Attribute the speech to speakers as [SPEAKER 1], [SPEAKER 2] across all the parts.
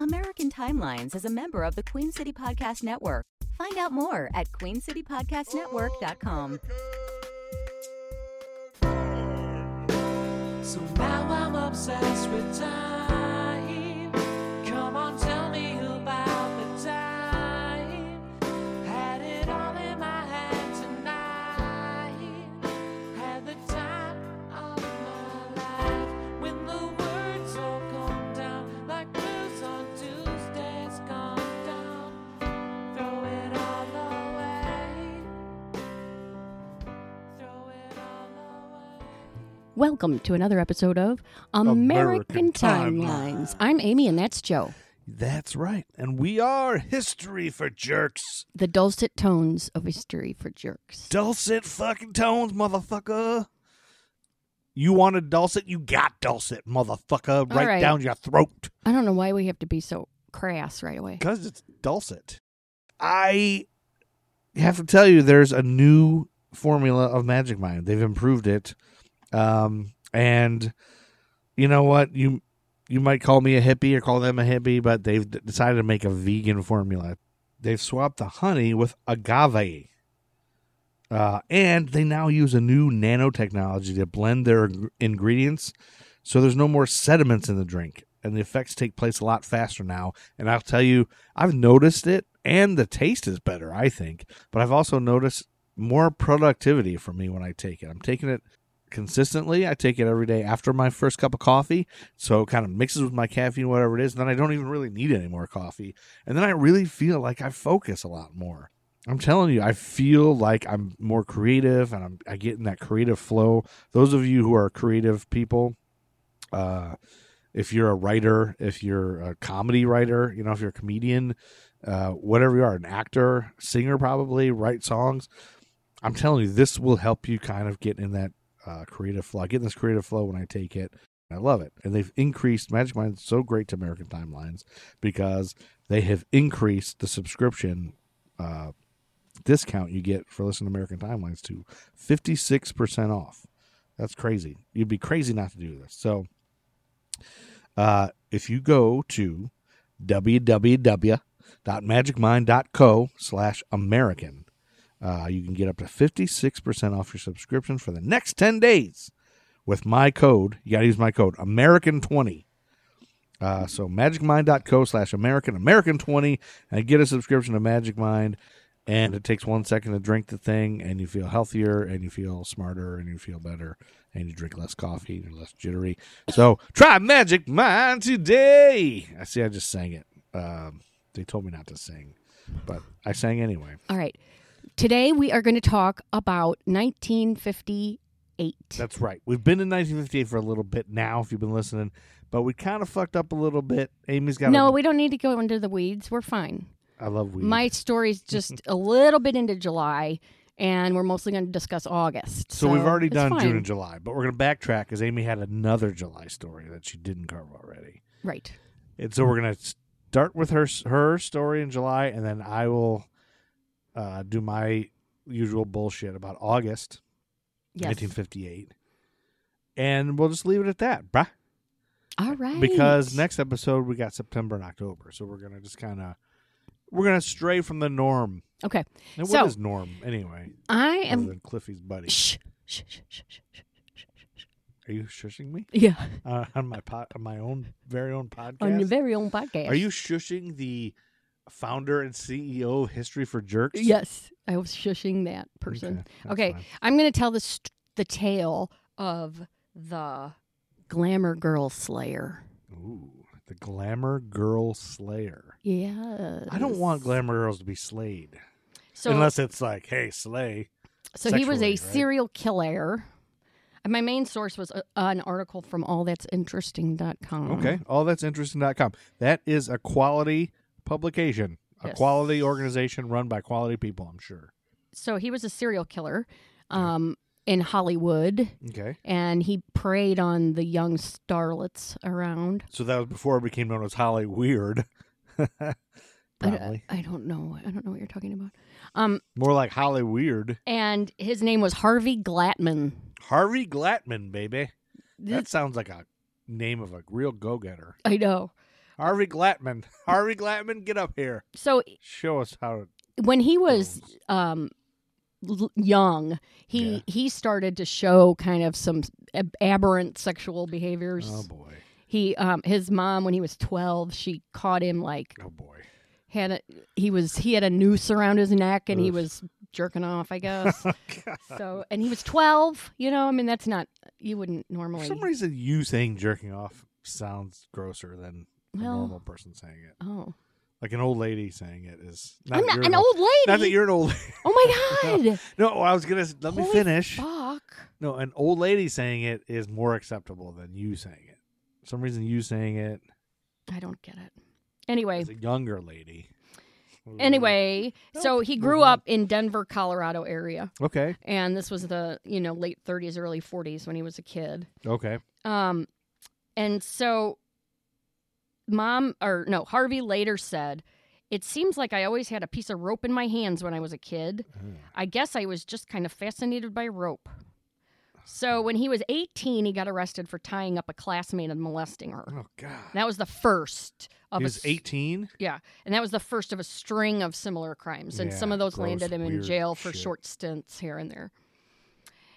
[SPEAKER 1] American Timelines is a member of the Queen City Podcast Network. Find out more at queencitypodcastnetwork.com.
[SPEAKER 2] So now I'm obsessed with time. Come on, tell me about the time. Had it all in my head tonight. Had the time of my life. When the words all come down, like blues on Tuesdays come down. Throw it all away. Throw it all away.
[SPEAKER 3] Welcome to another episode of American,
[SPEAKER 4] American
[SPEAKER 3] Timelines. I'm Amy and that's Joe.
[SPEAKER 4] That's right. And we are history for jerks.
[SPEAKER 3] The dulcet tones of history for jerks.
[SPEAKER 4] Dulcet fucking tones, motherfucker. You wanted dulcet? You got dulcet, motherfucker. Right,
[SPEAKER 3] right.
[SPEAKER 4] down your throat.
[SPEAKER 3] I don't know why we have to be so crass right away.
[SPEAKER 4] Because it's dulcet. I have to tell you, there's a new formula of Magic Mind. They've improved it. Um, and you know what? You you might call me a hippie or call them a hippie, but they've d- decided to make a vegan formula. They've swapped the honey with agave. Uh, and they now use a new nanotechnology to blend their ing- ingredients so there's no more sediments in the drink. And the effects take place a lot faster now. And I'll tell you, I've noticed it, and the taste is better, I think. But I've also noticed more productivity for me when I take it. I'm taking it consistently. I take it every day after my first cup of coffee. So it kind of mixes with my caffeine, whatever it is. And then I don't even really need any more coffee. And then I really feel like I focus a lot more. I'm telling you, I feel like I'm more creative and I'm, I get in that creative flow. Those of you who are creative people, uh, if you're a writer, if you're a comedy writer, you know, if you're a comedian, uh, whatever you are, an actor, singer, probably write songs. I'm telling you, this will help you kind of get in that uh, creative flow. I get in this creative flow when I take it. I love it. And they've increased Magic Mind's so great to American Timelines because they have increased the subscription uh, discount you get for listening to American Timelines to 56% off. That's crazy. You'd be crazy not to do this. So uh, if you go to www.magicmind.co slash American, uh, you can get up to 56% off your subscription for the next 10 days with my code. You got to use my code, American20. Uh, so magicmind.co slash American, American20, and get a subscription to Magic Mind. And it takes one second to drink the thing, and you feel healthier, and you feel smarter, and you feel better, and you drink less coffee, and you're less jittery. So try Magic Mind today. I see, I just sang it. Um, they told me not to sing, but I sang anyway.
[SPEAKER 3] All right. Today we are going to talk about 1958.
[SPEAKER 4] That's right. We've been in 1958 for a little bit now, if you've been listening, but we kind of fucked up a little bit. Amy's got.
[SPEAKER 3] no,
[SPEAKER 4] a,
[SPEAKER 3] we don't need to go into the weeds. We're fine.
[SPEAKER 4] I love weed.
[SPEAKER 3] My story's just a little bit into July, and we're mostly going to discuss August.
[SPEAKER 4] so, we've already
[SPEAKER 3] it's
[SPEAKER 4] done
[SPEAKER 3] fine.
[SPEAKER 4] June and July, but we're going to backtrack because Amy had another July story that she didn't cover already,
[SPEAKER 3] Right.
[SPEAKER 4] and so we're going to start with her her story in July, and then I will uh, do my usual bullshit about August
[SPEAKER 3] Yes.
[SPEAKER 4] 1958, and we'll just leave it at that, bruh.
[SPEAKER 3] All right.
[SPEAKER 4] because next episode we got September and October, so we're gonna just kind of we're gonna stray from the norm.
[SPEAKER 3] Okay.
[SPEAKER 4] And
[SPEAKER 3] So-
[SPEAKER 4] what is norm anyway?
[SPEAKER 3] I
[SPEAKER 4] Other
[SPEAKER 3] am.
[SPEAKER 4] than Cliffy's buddy.
[SPEAKER 3] Shh. Shh, shh, shh, shh, shh.
[SPEAKER 4] Are you shushing me
[SPEAKER 3] Yeah.
[SPEAKER 4] uh, on my pod, on my own very own podcast?
[SPEAKER 3] On your very own podcast.
[SPEAKER 4] Are you shushing the founder and CEO of History for Jerks?
[SPEAKER 3] Yes, I was shushing that person.
[SPEAKER 4] that's
[SPEAKER 3] Okay,
[SPEAKER 4] fine.
[SPEAKER 3] I'm going to tell the st- the tale of the glamour girl slayer.
[SPEAKER 4] Ooh, the glamour girl slayer.
[SPEAKER 3] Yeah.
[SPEAKER 4] I don't want glamour girls to be slayed,
[SPEAKER 3] So
[SPEAKER 4] unless it's like, hey, slay.
[SPEAKER 3] so he was a
[SPEAKER 4] sexually, right?
[SPEAKER 3] serial killer. And my main source was uh an article from allthat'sinteresting.com.
[SPEAKER 4] Okay. All that's interesting.com. That is a quality publication, a
[SPEAKER 3] Yes.
[SPEAKER 4] quality organization run by quality people, I'm sure.
[SPEAKER 3] So he was a serial killer um in Hollywood
[SPEAKER 4] Okay.
[SPEAKER 3] and he preyed on the young starlets around.
[SPEAKER 4] So that was before it became known as Holly Weird.
[SPEAKER 3] I d-
[SPEAKER 4] Probably.
[SPEAKER 3] I don't know. I don't know what you're talking about. Um
[SPEAKER 4] More like Holly Weird.
[SPEAKER 3] and his name was Harvey Glattman.
[SPEAKER 4] Harvey Glattman, baby.
[SPEAKER 3] This-
[SPEAKER 4] That sounds like a name of a real go getter.
[SPEAKER 3] I know.
[SPEAKER 4] Harvey Glattman. Harvey Glattman, get up here.
[SPEAKER 3] So
[SPEAKER 4] Show us how.
[SPEAKER 3] when he was
[SPEAKER 4] Mm.
[SPEAKER 3] um l- young he
[SPEAKER 4] Yeah.
[SPEAKER 3] he started to show kind of some ab- aberrant sexual behaviors
[SPEAKER 4] Oh boy.
[SPEAKER 3] he um his mom when he was 12 she caught him like
[SPEAKER 4] Oh boy.
[SPEAKER 3] had a, he was he had a noose around his neck and he
[SPEAKER 4] Oof.
[SPEAKER 3] was jerking off i guess so and he was 12 you know i mean that's not you wouldn't
[SPEAKER 4] For
[SPEAKER 3] normally
[SPEAKER 4] some reason, you saying jerking off sounds grosser than a
[SPEAKER 3] Well-
[SPEAKER 4] normal person saying it.
[SPEAKER 3] oh
[SPEAKER 4] Like an old lady saying it is.
[SPEAKER 3] i'm
[SPEAKER 4] that
[SPEAKER 3] not
[SPEAKER 4] you're
[SPEAKER 3] an old
[SPEAKER 4] Not that
[SPEAKER 3] lady
[SPEAKER 4] you're an old.
[SPEAKER 3] oh my god
[SPEAKER 4] No, I was gonna s- let me
[SPEAKER 3] Holy
[SPEAKER 4] finish.
[SPEAKER 3] fuck
[SPEAKER 4] No, an old lady saying it is more acceptable than you saying it. For some reason, you saying it
[SPEAKER 3] i don't get it anyway
[SPEAKER 4] as a younger lady.
[SPEAKER 3] anyway so he grew
[SPEAKER 4] move on.
[SPEAKER 3] up in denver colorado area
[SPEAKER 4] Okay.
[SPEAKER 3] and this was the you know late 30s early 40s when he was a kid
[SPEAKER 4] Okay.
[SPEAKER 3] um and so mom or no harvey later said it seems like i always had a piece of rope in my hands when i was a kid i guess i was just kind of fascinated by rope so when he was 18 he got arrested for tying up a classmate and molesting her
[SPEAKER 4] Oh God.
[SPEAKER 3] that was the first of
[SPEAKER 4] he
[SPEAKER 3] a
[SPEAKER 4] was
[SPEAKER 3] s-
[SPEAKER 4] 18.
[SPEAKER 3] and that was the first of a string of similar crimes. And some
[SPEAKER 4] Yeah,
[SPEAKER 3] of those
[SPEAKER 4] gross,
[SPEAKER 3] landed him in
[SPEAKER 4] weird
[SPEAKER 3] jail for
[SPEAKER 4] shit.
[SPEAKER 3] short stints here and there.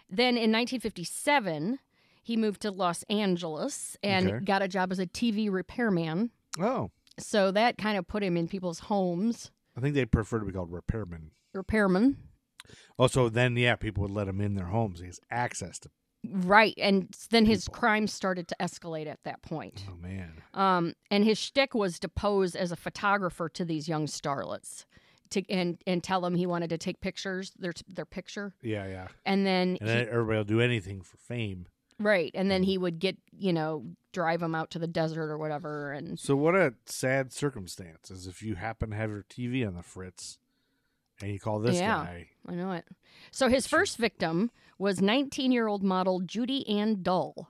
[SPEAKER 3] Then in 1957, he moved to Los Angeles and
[SPEAKER 4] Okay.
[SPEAKER 3] got a job as a TV repairman.
[SPEAKER 4] Oh,
[SPEAKER 3] So that kind of put him in people's homes.
[SPEAKER 4] I think they prefer to be called repairmen.
[SPEAKER 3] Repairman.
[SPEAKER 4] Oh, so then yeah, people would let him in their homes. He has access to.
[SPEAKER 3] Right. And then his
[SPEAKER 4] People.
[SPEAKER 3] crimes started to escalate at that point.
[SPEAKER 4] Oh man.
[SPEAKER 3] Um, and his shtick was to pose as a photographer to these young starlets. To, and and tell them he wanted to take pictures, their their picture,
[SPEAKER 4] Yeah, yeah.
[SPEAKER 3] and then
[SPEAKER 4] And
[SPEAKER 3] he-
[SPEAKER 4] then Mm-hmm. everybody will do anything for fame.
[SPEAKER 3] Right. And then he would get, you know, drive him out to the desert or whatever. And
[SPEAKER 4] So what a sad circumstance is if you happen to have your TV on the fritz, and you call this
[SPEAKER 3] Yeah.
[SPEAKER 4] guy.
[SPEAKER 3] I know it. So his first victim was 19 year old model Judy Ann Dull.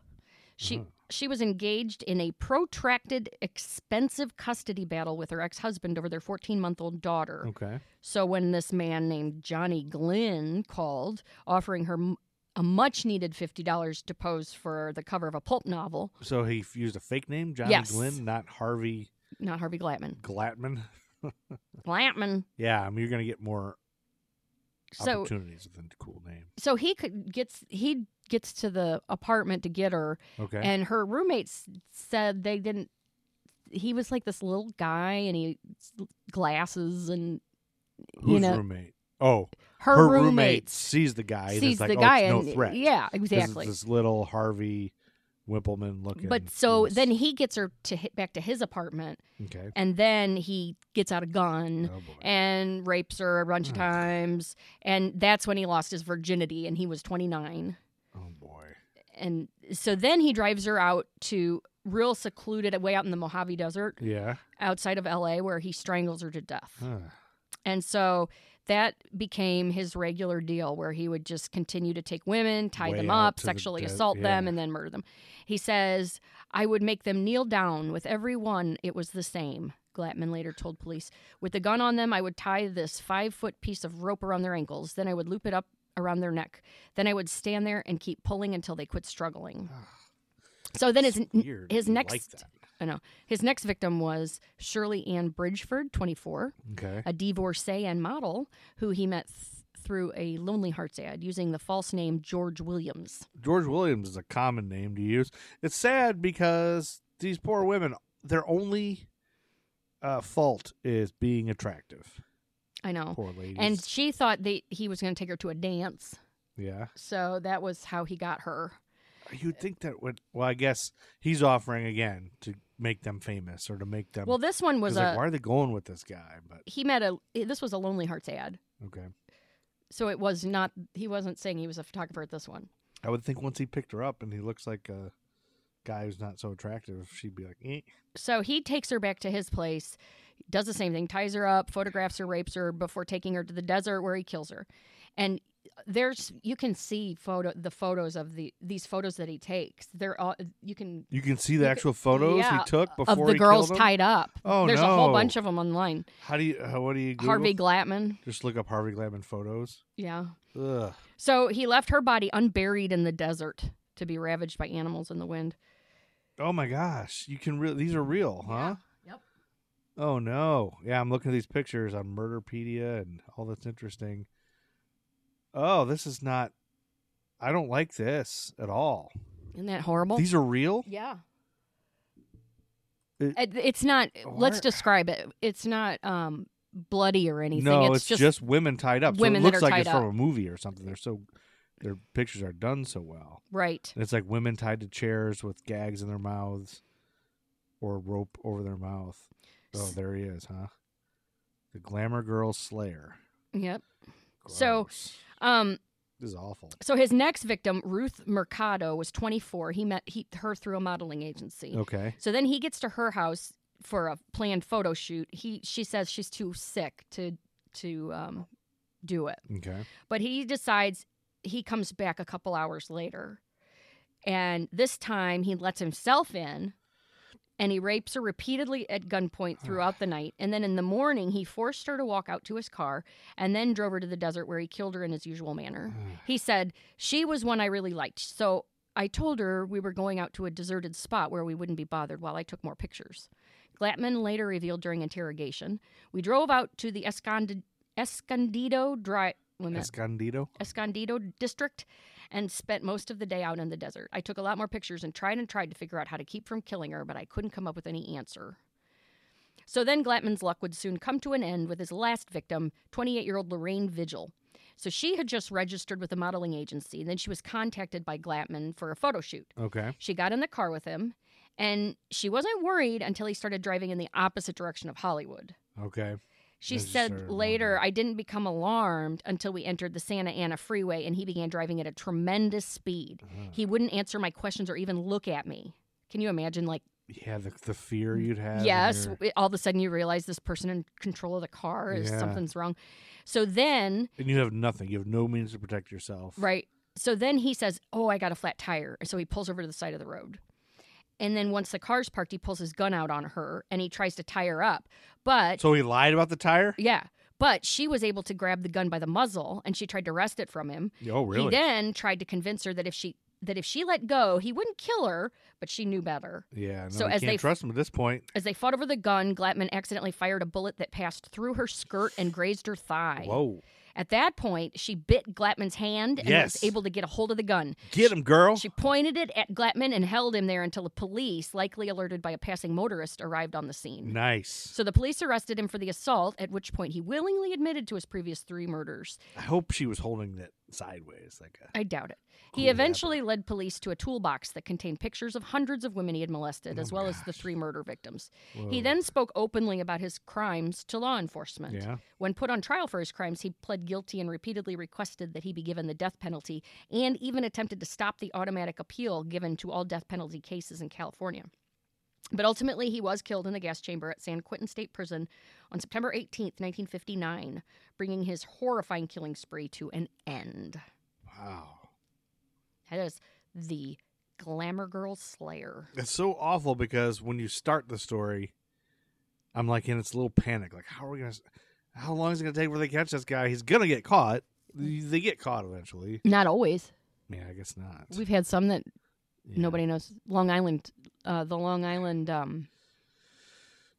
[SPEAKER 3] She.
[SPEAKER 4] Mm-hmm.
[SPEAKER 3] She was engaged in a protracted, expensive custody battle with her ex husband over their 14 month old daughter.
[SPEAKER 4] Okay.
[SPEAKER 3] So, when this man named Johnny Glynn called, offering her m- a much needed $50 to pose for the cover of a pulp novel,
[SPEAKER 4] So he f- used a fake name, Johnny
[SPEAKER 3] Yes.
[SPEAKER 4] Glenn, not Harvey
[SPEAKER 3] not Harvey Glattman.
[SPEAKER 4] Glattman.
[SPEAKER 3] Glattman.
[SPEAKER 4] Yeah, I mean you're gonna get more
[SPEAKER 3] So,
[SPEAKER 4] opportunities with a cool name.
[SPEAKER 3] so he could gets he gets to the apartment to get her
[SPEAKER 4] Okay.
[SPEAKER 3] and her roommates said they didn't he was like this little guy and he glasses and
[SPEAKER 4] Who's
[SPEAKER 3] you know
[SPEAKER 4] roommate? Oh,
[SPEAKER 3] her,
[SPEAKER 4] roommate
[SPEAKER 3] roommates
[SPEAKER 4] sees the guy. and
[SPEAKER 3] sees
[SPEAKER 4] it's like,
[SPEAKER 3] the
[SPEAKER 4] oh,
[SPEAKER 3] guy
[SPEAKER 4] it's
[SPEAKER 3] and
[SPEAKER 4] no threat.
[SPEAKER 3] yeah
[SPEAKER 4] This is
[SPEAKER 3] exactly
[SPEAKER 4] This, little Harvey Wimpleman looking.
[SPEAKER 3] but so
[SPEAKER 4] yes.
[SPEAKER 3] then he gets her to hit back to his apartment
[SPEAKER 4] okay.
[SPEAKER 3] and then he gets out a gun
[SPEAKER 4] Oh boy.
[SPEAKER 3] and rapes her a bunch of
[SPEAKER 4] Oh.
[SPEAKER 3] times and that's when he lost his virginity and he was 29
[SPEAKER 4] oh boy.
[SPEAKER 3] and so then he drives her out to real secluded way out in the Mojave Desert
[SPEAKER 4] Yeah.
[SPEAKER 3] outside of LA where he strangles her to death.
[SPEAKER 4] Huh.
[SPEAKER 3] And so that became his regular deal where he would just continue to take women, tie
[SPEAKER 4] Way
[SPEAKER 3] them
[SPEAKER 4] out
[SPEAKER 3] up,
[SPEAKER 4] to the
[SPEAKER 3] sexually
[SPEAKER 4] des-
[SPEAKER 3] assault them
[SPEAKER 4] yeah.
[SPEAKER 3] and then murder them. He says, "I would make them kneel down with every one. It was the same." Glattman later told police, "With the gun on them, I would tie this 5-foot piece of rope around their ankles, then I would loop it up around their neck. Then I would stand there and keep pulling until they quit struggling."
[SPEAKER 4] Ah.
[SPEAKER 3] So then his
[SPEAKER 4] It's weird.
[SPEAKER 3] his
[SPEAKER 4] You like
[SPEAKER 3] next-
[SPEAKER 4] that.
[SPEAKER 3] I know. His next victim was Shirley Ann Bridgeford, 24,
[SPEAKER 4] Okay.
[SPEAKER 3] a divorcee and model who he met th- through a Lonely Hearts ad using the false name George Williams.
[SPEAKER 4] George Williams is a common name to use. It's sad because these poor women, their only uh, fault is being attractive.
[SPEAKER 3] I know.
[SPEAKER 4] Poor ladies.
[SPEAKER 3] And she thought that he was going to take her to a dance.
[SPEAKER 4] yeah,
[SPEAKER 3] So that was how he got her. Uh,
[SPEAKER 4] you'd think that would. Well, I guess he's offering again to make them famous or to make them.
[SPEAKER 3] Well, this one
[SPEAKER 4] 'cause,
[SPEAKER 3] was
[SPEAKER 4] like,
[SPEAKER 3] a
[SPEAKER 4] why are they going with this guy? But
[SPEAKER 3] he met a this was a Lonely Hearts ad.
[SPEAKER 4] okay,
[SPEAKER 3] So it was not he wasn't saying he was a photographer at this one.
[SPEAKER 4] I would think once he picked her up and he looks like a guy who's not so attractive, she'd be like, eh.
[SPEAKER 3] So he takes her back to his place, does the same thing, ties her up, photographs her, rapes her before taking her to the desert where he kills her. And there's you can see photo the photos of the these photos that he takes. They're all you can
[SPEAKER 4] You can see the
[SPEAKER 3] You
[SPEAKER 4] actual photos
[SPEAKER 3] yeah,
[SPEAKER 4] he took before
[SPEAKER 3] of the
[SPEAKER 4] he
[SPEAKER 3] girls
[SPEAKER 4] killed him?
[SPEAKER 3] tied up.
[SPEAKER 4] Oh
[SPEAKER 3] there's
[SPEAKER 4] no!
[SPEAKER 3] a whole bunch of them online.
[SPEAKER 4] How do you? How, what do you? Google?
[SPEAKER 3] Harvey Glattman,
[SPEAKER 4] Just look up Harvey Glattman photos.
[SPEAKER 3] yeah.
[SPEAKER 4] Ugh.
[SPEAKER 3] So he left her body unburied in the desert to be ravaged by animals in the wind.
[SPEAKER 4] Oh my gosh, you can really these are real, huh?
[SPEAKER 3] Yeah.
[SPEAKER 4] Oh no. Yeah, I'm looking at these pictures on Murderpedia and all that's interesting. Oh, this is not I don't like this at all.
[SPEAKER 3] Isn't that horrible?
[SPEAKER 4] These are real?
[SPEAKER 3] yeah.
[SPEAKER 4] It-
[SPEAKER 3] It- it's not. Let's
[SPEAKER 4] Where-
[SPEAKER 3] describe it. It's not um bloody or anything.
[SPEAKER 4] No,
[SPEAKER 3] it's,
[SPEAKER 4] it's, just, women tied up.
[SPEAKER 3] women
[SPEAKER 4] so
[SPEAKER 3] that
[SPEAKER 4] it looks
[SPEAKER 3] are
[SPEAKER 4] like it's
[SPEAKER 3] tied
[SPEAKER 4] from
[SPEAKER 3] up.
[SPEAKER 4] a movie or something. They're so their pictures are done so well.
[SPEAKER 3] right.
[SPEAKER 4] And it's like women tied to chairs with gags in their mouths or rope over their mouth. Oh,
[SPEAKER 3] S-
[SPEAKER 4] there he is, huh? The glamour girl slayer.
[SPEAKER 3] Yep. So-
[SPEAKER 4] Gross.
[SPEAKER 3] Um.
[SPEAKER 4] this is awful.
[SPEAKER 3] So his next victim, Ruth Mercado, was 24. He met he her through a modeling agency.
[SPEAKER 4] Okay.
[SPEAKER 3] So then he gets to her house for a planned photo shoot. He she says she's too sick to to um do it.
[SPEAKER 4] Okay.
[SPEAKER 3] But he decides he comes back a couple hours later. And this time he lets himself in and he rapes her repeatedly at gunpoint throughout the night. And then in the morning, he forced her to walk out to his car and then drove her to the desert where he killed her in his usual manner.
[SPEAKER 4] Ah.
[SPEAKER 3] He said, She was one I really liked. So I told her we were going out to a deserted spot where we wouldn't be bothered while I took more pictures. Glattman later revealed during interrogation, We drove out to the Escondi- Escondido Drive.
[SPEAKER 4] Escondido.
[SPEAKER 3] Escondido district and spent most of the day out in the desert. I took a lot more pictures and tried and tried to figure out how to keep from killing her, but I couldn't come up with any answer. So then Glattman's luck would soon come to an end with his last victim, 28 year old Lorraine Vigil. So she had just registered with a modeling agency, and then she was contacted by Glattman for a photo shoot.
[SPEAKER 4] Okay.
[SPEAKER 3] She got in the car with him, and she wasn't worried until he started driving in the opposite direction of Hollywood.
[SPEAKER 4] Okay.
[SPEAKER 3] She
[SPEAKER 4] They just
[SPEAKER 3] said
[SPEAKER 4] started
[SPEAKER 3] later,
[SPEAKER 4] walking.
[SPEAKER 3] I didn't become alarmed until we entered the Santa Ana freeway and he began driving at a tremendous speed.
[SPEAKER 4] Ah.
[SPEAKER 3] He wouldn't answer my questions or even look at me. Can you imagine, like,
[SPEAKER 4] Yeah, the, the fear you'd have. when
[SPEAKER 3] Mm, yes,
[SPEAKER 4] you're-
[SPEAKER 3] w- all of a sudden you realize this person in control of the car is
[SPEAKER 4] Yeah.
[SPEAKER 3] something's wrong. So then,
[SPEAKER 4] And you have nothing. You have no means to protect yourself.
[SPEAKER 3] right. So then he says, Oh, I got a flat tire. So he pulls over to the side of the road. And then once the car's parked, he pulls his gun out on her and he tries to tie her up. But
[SPEAKER 4] So he lied about the tire?
[SPEAKER 3] Yeah. But she was were able to grab the gun by the muzzle and she tried to wrest it from him.
[SPEAKER 4] Oh, really?
[SPEAKER 3] He then tried to convince her that if she that if she let go, he wouldn't kill her, but she knew better.
[SPEAKER 4] Yeah. No,
[SPEAKER 3] So
[SPEAKER 4] you
[SPEAKER 3] as
[SPEAKER 4] can't
[SPEAKER 3] they-
[SPEAKER 4] trust him at this point.
[SPEAKER 3] As they fought over the gun, Glattman accidentally fired a bullet that passed through her skirt and grazed her thigh.
[SPEAKER 4] Whoa.
[SPEAKER 3] At that point, she bit Glattman's hand and
[SPEAKER 4] Yes. Oh.
[SPEAKER 3] was able to get a hold of the gun.
[SPEAKER 4] Get him, girl.
[SPEAKER 3] She pointed it at Glattman and held him there until the police, likely alerted by a passing motorist, arrived on the scene.
[SPEAKER 4] nice.
[SPEAKER 3] So the police arrested him for the assault, at which point he willingly admitted to his previous three murders.
[SPEAKER 4] I hope she was holding that sideways. Like a,
[SPEAKER 3] I doubt it. He
[SPEAKER 4] Cool
[SPEAKER 3] eventually led police to a toolbox that contained pictures of hundreds of women he had molested,
[SPEAKER 4] Oh
[SPEAKER 3] as
[SPEAKER 4] my
[SPEAKER 3] well as the three murder victims. He
[SPEAKER 4] Whoa.
[SPEAKER 3] then spoke openly about his crimes to law enforcement.
[SPEAKER 4] Yeah.
[SPEAKER 3] When put on trial for his crimes, he pled guilty and repeatedly requested that he be given the death penalty and even attempted to stop the automatic appeal given to all death penalty cases in California. But ultimately, he was killed in the gas chamber at San Quentin State Prison on September 18th, 1959, bringing his horrifying killing spree to an end.
[SPEAKER 4] Wow.
[SPEAKER 3] That is the Glamour Girl Slayer.
[SPEAKER 4] It's so awful because when you start the story, I'm like in its little panic. Like, how are we gonna? s- How long is it gonna take for they catch this guy? He's gonna get caught. They they get caught eventually.
[SPEAKER 3] Not always.
[SPEAKER 4] Yeah, I guess not.
[SPEAKER 3] We've had some that
[SPEAKER 4] Yeah.
[SPEAKER 3] nobody knows. Long Island, uh, the Long Island. Um,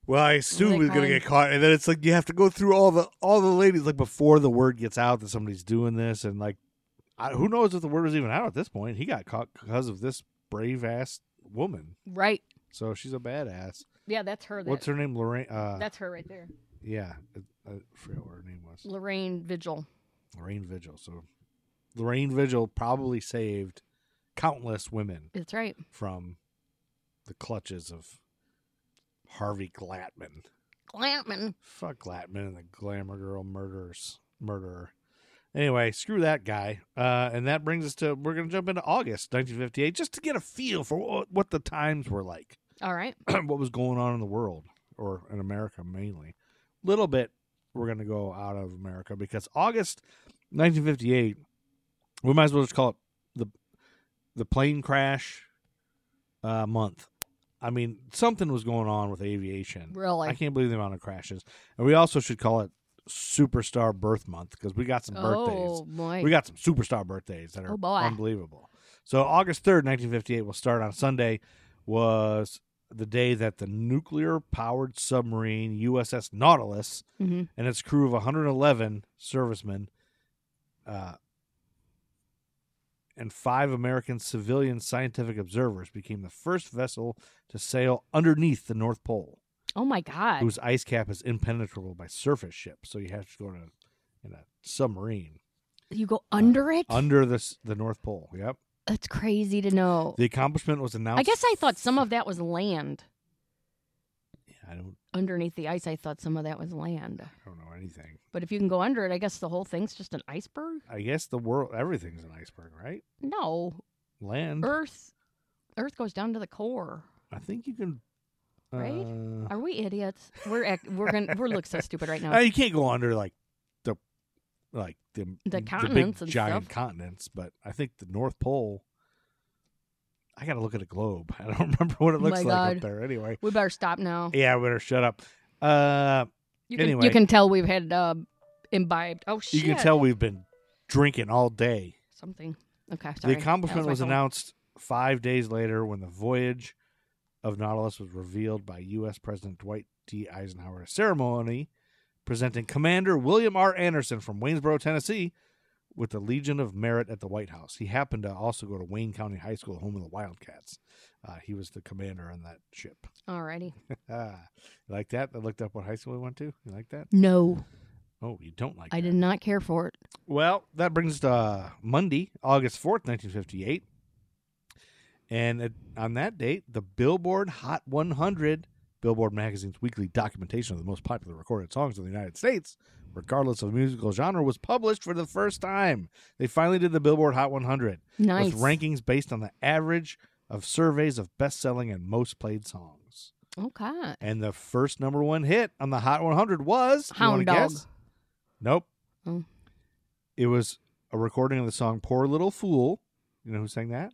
[SPEAKER 4] Well, I
[SPEAKER 3] they
[SPEAKER 4] assume he's
[SPEAKER 3] call
[SPEAKER 4] gonna
[SPEAKER 3] him?
[SPEAKER 4] get caught, and then it's like you have to go through all the all the ladies like before the word gets out that somebody's doing this, and like, I, who knows if the word was even out at this point? He got caught because of this brave ass woman.
[SPEAKER 3] right.
[SPEAKER 4] So she's a badass.
[SPEAKER 3] Yeah, that's her. That,
[SPEAKER 4] What's her name? Lorraine. Uh,
[SPEAKER 3] That's her right there.
[SPEAKER 4] yeah, I, I forgot what her name was.
[SPEAKER 3] Lorraine Vigil.
[SPEAKER 4] Lorraine Vigil. So Lorraine Vigil probably saved countless women
[SPEAKER 3] That's right.
[SPEAKER 4] from the clutches of Harvey Glattman.
[SPEAKER 3] Glampman.
[SPEAKER 4] Fuck Glattman and the glamour girl murders murderer. Anyway, screw that guy. Uh, and that brings us to we're going to jump into August 1958 just to get a feel for what, what the times were like,
[SPEAKER 3] All right.
[SPEAKER 4] what was going on in the world or in America mainly. Little bit we're going to go out of America because August 1958 we might as well just call it the the plane crash uh, month. I mean, something was going on with aviation.
[SPEAKER 3] Really?
[SPEAKER 4] I can't believe the amount of crashes. And we also should call it Superstar Birth Month because we got some birthdays.
[SPEAKER 3] Oh boy.
[SPEAKER 4] We got some superstar birthdays that are
[SPEAKER 3] Oh, boy.
[SPEAKER 4] unbelievable. So August 3rd, 1958 will start on Sunday was the day that the nuclear powered submarine USS Nautilus
[SPEAKER 3] hmm
[SPEAKER 4] and its crew of 111 servicemen uh, and five American civilian scientific observers became the first vessel to sail underneath the North Pole,
[SPEAKER 3] Oh my God.
[SPEAKER 4] whose ice cap is impenetrable by surface ships. So you have to go in a, in a submarine
[SPEAKER 3] You go under
[SPEAKER 4] Uh,
[SPEAKER 3] it?
[SPEAKER 4] under the, s- the North Pole. Yep.
[SPEAKER 3] That's crazy to know.
[SPEAKER 4] The accomplishment was announced.
[SPEAKER 3] I guess I thought some of that was land.
[SPEAKER 4] I don't,
[SPEAKER 3] Underneath the ice, I thought some of that was land.
[SPEAKER 4] I don't know anything.
[SPEAKER 3] But if you can go under it, I guess the whole thing's just an iceberg?
[SPEAKER 4] I guess the world, everything's an iceberg, right?
[SPEAKER 3] No.
[SPEAKER 4] Land.
[SPEAKER 3] Earth Earth goes down to the core.
[SPEAKER 4] I think you can.
[SPEAKER 3] Right?
[SPEAKER 4] uh,
[SPEAKER 3] Are we idiots? We're act- we're gonna we're look so stupid right
[SPEAKER 4] Uh,
[SPEAKER 3] now.
[SPEAKER 4] you can't go under like the like the big
[SPEAKER 3] continents and
[SPEAKER 4] giant
[SPEAKER 3] stuff.
[SPEAKER 4] continents, but I think the North Pole. I gotta look at a globe. I don't remember what it
[SPEAKER 3] Oh My
[SPEAKER 4] looks like
[SPEAKER 3] God.
[SPEAKER 4] up there. Anyway,
[SPEAKER 3] We better stop now.
[SPEAKER 4] yeah, I better shut up. Uh,
[SPEAKER 3] You can,
[SPEAKER 4] anyway.
[SPEAKER 3] you can tell we've had uh, imbibed. Oh shit!
[SPEAKER 4] you can tell we've been drinking all day.
[SPEAKER 3] something. Okay, sorry.
[SPEAKER 4] The accomplishment
[SPEAKER 3] That
[SPEAKER 4] was,
[SPEAKER 3] my phone.
[SPEAKER 4] announced five days later when the voyage of Nautilus was revealed by U.S. President Dwight D. Eisenhower at a ceremony presenting Commander William R. Anderson from Waynesboro, Tennessee, with the Legion of Merit at the White House. He happened to also go to Wayne County High School, home of the Wildcats. Uh, he was the commander on that ship.
[SPEAKER 3] Alrighty.
[SPEAKER 4] Ah, you like that? I looked up what high school he went to. You like that?
[SPEAKER 3] No,
[SPEAKER 4] Oh, you don't like
[SPEAKER 3] I
[SPEAKER 4] that.
[SPEAKER 3] did not care for it.
[SPEAKER 4] Well, that brings us to uh, Monday, August 4th, 1958. And it, on that date, the Billboard Hot 100, Billboard Magazine's weekly documentation of the most popular recorded songs in the United States, regardless of musical genre, was published for the first time. They finally did the Billboard Hot 100
[SPEAKER 3] Nice.
[SPEAKER 4] with rankings based on the average of surveys of best selling and most played songs.
[SPEAKER 3] Okay.
[SPEAKER 4] And the first number one hit on the Hot 100 was you wanna
[SPEAKER 3] Hound Dog.
[SPEAKER 4] guess? Nope.
[SPEAKER 3] Oh.
[SPEAKER 4] It was a recording of the song "Poor Little Fool." You know who sang that?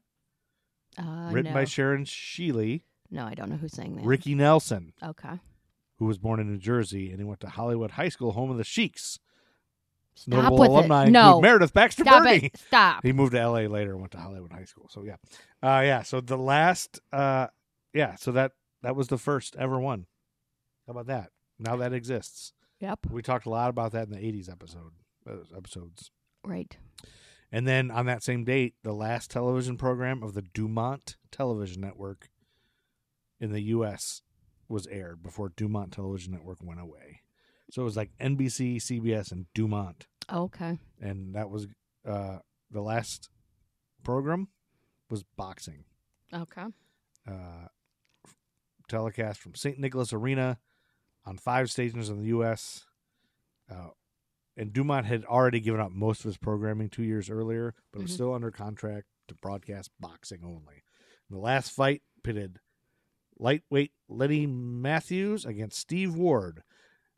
[SPEAKER 3] Uh,
[SPEAKER 4] Written
[SPEAKER 3] no.
[SPEAKER 4] by Sharon Shealy,
[SPEAKER 3] no, I don't know who sang that.
[SPEAKER 4] Ricky Nelson,
[SPEAKER 3] Okay.
[SPEAKER 4] who was born in New Jersey and he went to Hollywood High School, home of the Sheiks.
[SPEAKER 3] Stop
[SPEAKER 4] Notable
[SPEAKER 3] with
[SPEAKER 4] alumni
[SPEAKER 3] it. No.
[SPEAKER 4] include Meredith Baxter
[SPEAKER 3] Stop
[SPEAKER 4] Burney.
[SPEAKER 3] it. Stop.
[SPEAKER 4] He moved to L.A. later and went to Hollywood High School. So yeah, uh, yeah. So the last, uh, yeah. So that that was the first ever one. How about that? Now that exists.
[SPEAKER 3] Yep.
[SPEAKER 4] We talked a lot about that in the '80s episode uh, episodes.
[SPEAKER 3] Right.
[SPEAKER 4] And then on that same date, the last television program of the Dumont Television Network in the U.S. was aired before Dumont Television Network went away. So it was like NBC, CBS, and Dumont,
[SPEAKER 3] Okay.
[SPEAKER 4] and that was uh, the last program was boxing
[SPEAKER 3] Okay.
[SPEAKER 4] uh, telecast from St. Nicholas Arena on five stations in the U.S. Uh, and Dumont had already given up most of his programming two years earlier, but was
[SPEAKER 3] Mhm.
[SPEAKER 4] still under contract to broadcast boxing only. And the last fight pitted lightweight Lenny Matthews against Steve Ward.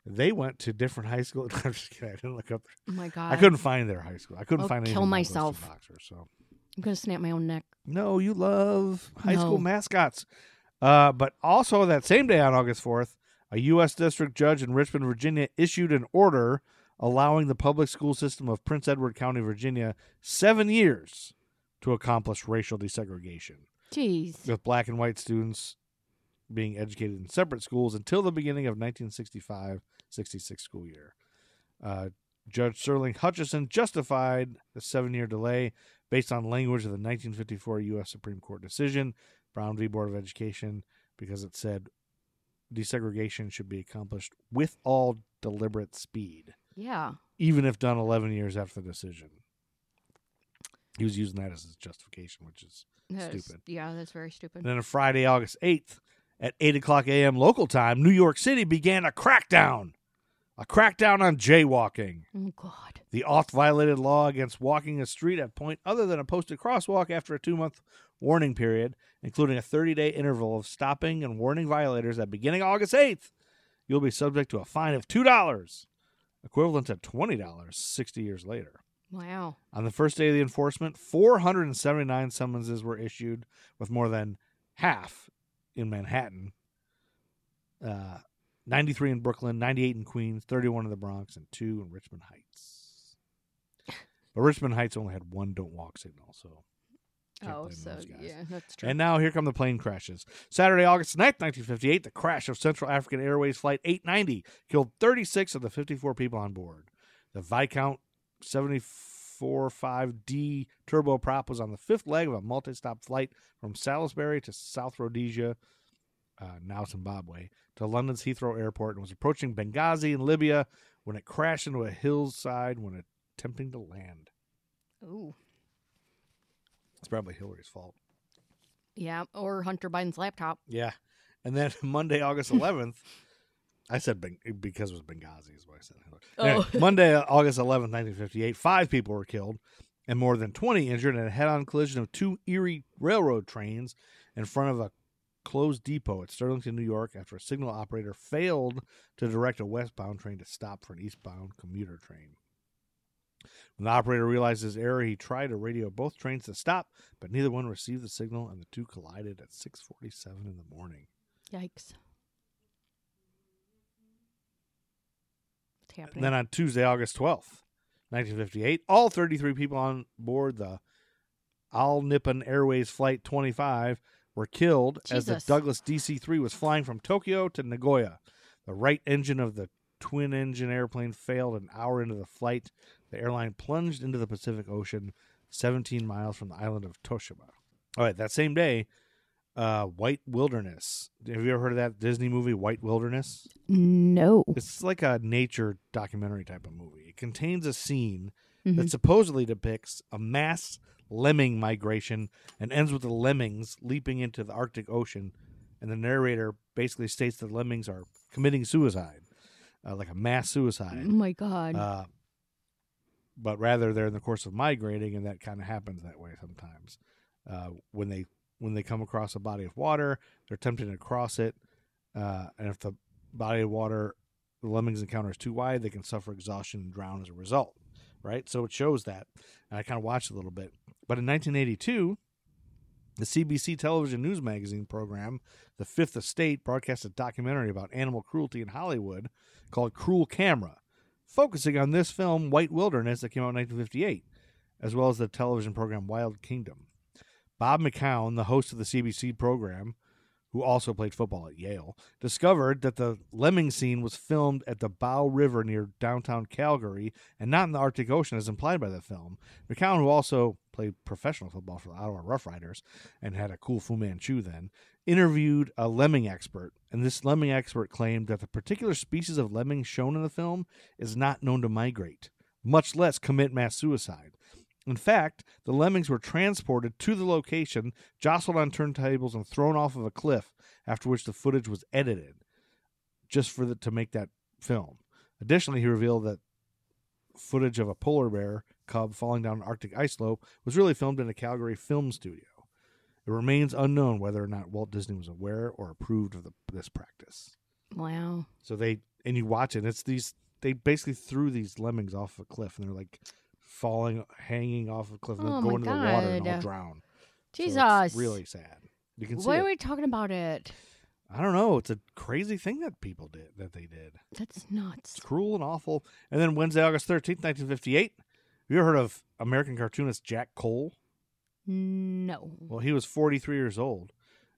[SPEAKER 4] They went to different high school. I'm just kidding. I didn't look up.
[SPEAKER 3] Oh my God.
[SPEAKER 4] I couldn't find their high school. I couldn't
[SPEAKER 3] I'll
[SPEAKER 4] find anything
[SPEAKER 3] Oh, kill
[SPEAKER 4] about those two
[SPEAKER 3] myself.
[SPEAKER 4] Boxers, so
[SPEAKER 3] I'm gonna snap my own neck.
[SPEAKER 4] no, you love high school
[SPEAKER 3] No.
[SPEAKER 4] mascots. Uh, but also that same day on August 4th, a U.S. district judge in Richmond, Virginia issued an order allowing the public school system of Prince Edward County, Virginia, seven years to accomplish racial desegregation,
[SPEAKER 3] Jeez.
[SPEAKER 4] with black and white students being educated in separate schools until the beginning of 1965 66 school year. Uh, Judge Sterling Hutchison justified the seven year delay based on language of the 1954 U.S. Supreme Court decision, Brown v. Board of Education, because it said desegregation should be accomplished with all deliberate speed,
[SPEAKER 3] Yeah.
[SPEAKER 4] even if done 11 years after the decision. He was using that as his justification, which is
[SPEAKER 3] That is-
[SPEAKER 4] Stupid.
[SPEAKER 3] yeah, that's very stupid.
[SPEAKER 4] and then on Friday, August 8th, at 8 o'clock a.m. local time, New York City began a crackdown. A crackdown on jaywalking.
[SPEAKER 3] Oh God.
[SPEAKER 4] The oft violated law against walking a street at point other than a posted crosswalk after a two month warning period, including a 30 day interval of stopping and warning violators at beginning August 8th. You'll be subject to a fine of $2, equivalent to $20 60 years later.
[SPEAKER 3] Wow.
[SPEAKER 4] On the first day of the enforcement, 479 summonses were issued, with more than half in Manhattan, uh, 93 in Brooklyn, 98 in Queens, 31 in the Bronx, and two in Richmond Heights. But Richmond Heights only had one don't walk signal, so can't
[SPEAKER 3] oh,
[SPEAKER 4] blame
[SPEAKER 3] so
[SPEAKER 4] those guys.
[SPEAKER 3] yeah, that's true.
[SPEAKER 4] And now here come the plane crashes. Saturday, August 9th, 1958, the crash of Central African Airways Flight 890 killed 36 of the 54 people on board. The Viscount 745D turboprop was on the fifth leg of a multi stop flight from Salisbury to South Rhodesia, uh, now Zimbabwe, to London's Heathrow Airport and was approaching Benghazi in Libya when it crashed into a hillside when attempting to land.
[SPEAKER 3] Ooh,
[SPEAKER 4] It's probably Hillary's fault.
[SPEAKER 3] yeah, or Hunter Biden's laptop.
[SPEAKER 4] Yeah. And then Monday, August 11th, I said ben- because it was Benghazi is what I said. Anyway, Monday, August 11th, 1958, five people were killed and more than 20 injured in a head-on collision of two Erie railroad trains in front of a closed depot at Sterlington, New York after a signal operator failed to direct a westbound train to stop for an eastbound commuter train. When the operator realized his error, he tried to radio both trains to stop, but neither one received the signal and the two collided at 6:47 in the morning.
[SPEAKER 3] Yikes! What's happening?
[SPEAKER 4] And then on Tuesday, August 12th, 1958, all 33 people on board the All Nippon Airways Flight 25 were killed as
[SPEAKER 3] Jesus.
[SPEAKER 4] the Douglas DC 3 was flying from Tokyo to Nagoya. The right engine of the twin engine airplane failed an hour into the flight. The airline plunged into the Pacific Ocean 17 miles from the island of Toshima. All right, that same day, uh, White Wilderness. Have you ever heard of that Disney movie, White Wilderness?
[SPEAKER 3] no.
[SPEAKER 4] It's like a nature documentary type of movie. It contains a scene
[SPEAKER 3] Mhm.
[SPEAKER 4] that supposedly depicts a mass lemming migration and ends with the lemmings leaping into the Arctic Ocean. And the narrator basically states that lemmings are committing suicide, uh, like a mass
[SPEAKER 3] Oh
[SPEAKER 4] suicide.
[SPEAKER 3] my god.
[SPEAKER 4] Uh, but rather, they're in the course of migrating, and that kind of happens that way sometimes. Uh, when they when they come across a body of water, they're tempted to cross it, uh, and if the body of water the lemmings encounter is too wide, they can suffer exhaustion and drown as a result. Right, so it shows that, and I kind of watched a little bit. But in 1982, the CBC television news magazine program, The Fifth Estate, broadcast a documentary about animal cruelty in Hollywood called Cruel Camera, focusing on this film, White Wilderness, that came out in 1958, as well as the television program Wild Kingdom. Bob McCown, the host of the CBC program, who also played football at Yale, discovered that the lemming scene was filmed at the Bow River near downtown Calgary and not in the Arctic Ocean as implied by the film. McCown, who also played professional football for the Ottawa Rough Riders and had a cool Fu Manchu then, interviewed a lemming expert, and this lemming expert claimed that the particular species of lemming shown in the film is not known to migrate, much less commit mass suicide. In fact, the lemmings were transported to the location, jostled on turntables, and thrown off of a cliff. After which, the footage was edited, just for the, to make that film. Additionally, he revealed that footage of a polar bear cub falling down an Arctic ice slope was really filmed in a Calgary film studio. It remains unknown whether or not Walt Disney was aware or approved of the, this practice.
[SPEAKER 3] wow.
[SPEAKER 4] So they and you watch it. It's these they basically threw these lemmings off a cliff, and they're like falling, hanging off a cliff, and
[SPEAKER 3] Oh
[SPEAKER 4] they'll
[SPEAKER 3] my
[SPEAKER 4] go into the water and all
[SPEAKER 3] God.
[SPEAKER 4] drown. So it's
[SPEAKER 3] Jesus.
[SPEAKER 4] really sad. You can see.
[SPEAKER 3] Why
[SPEAKER 4] it.
[SPEAKER 3] are we talking about it?
[SPEAKER 4] I don't know. It's a crazy thing that people did that they did.
[SPEAKER 3] That's nuts.
[SPEAKER 4] It's cruel and awful. And then Wednesday, August thirteenth, nineteen fifty-eight. Have you ever heard of American cartoonist Jack Cole?
[SPEAKER 3] No.
[SPEAKER 4] Well, he was 43 years old,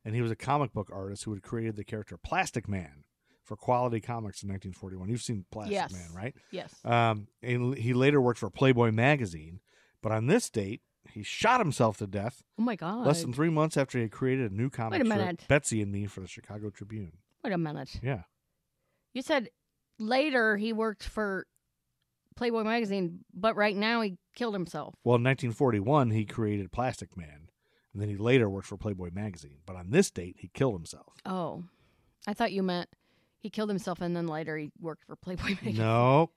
[SPEAKER 4] and he was a comic book artist who had created the character Plastic Man for Quality Comics in 1941. You've seen Plastic
[SPEAKER 3] Yes.
[SPEAKER 4] Man, right?
[SPEAKER 3] Yes.
[SPEAKER 4] Um, and l- he later worked for Playboy magazine, but on this date, he shot himself to death
[SPEAKER 3] oh my god.
[SPEAKER 4] less than three months after he had created a new comic
[SPEAKER 3] Wait a
[SPEAKER 4] strip,
[SPEAKER 3] minute.
[SPEAKER 4] Betsy and Me, for the Chicago Tribune.
[SPEAKER 3] Wait a minute.
[SPEAKER 4] Yeah,
[SPEAKER 3] You said later he worked for Playboy magazine, but right now he killed himself.
[SPEAKER 4] Well, in 1941, he created Plastic Man, and then he later worked for Playboy magazine. But on this date, he killed himself.
[SPEAKER 3] Oh, I thought you meant he killed himself and then later he worked for Playboy magazine.
[SPEAKER 4] No,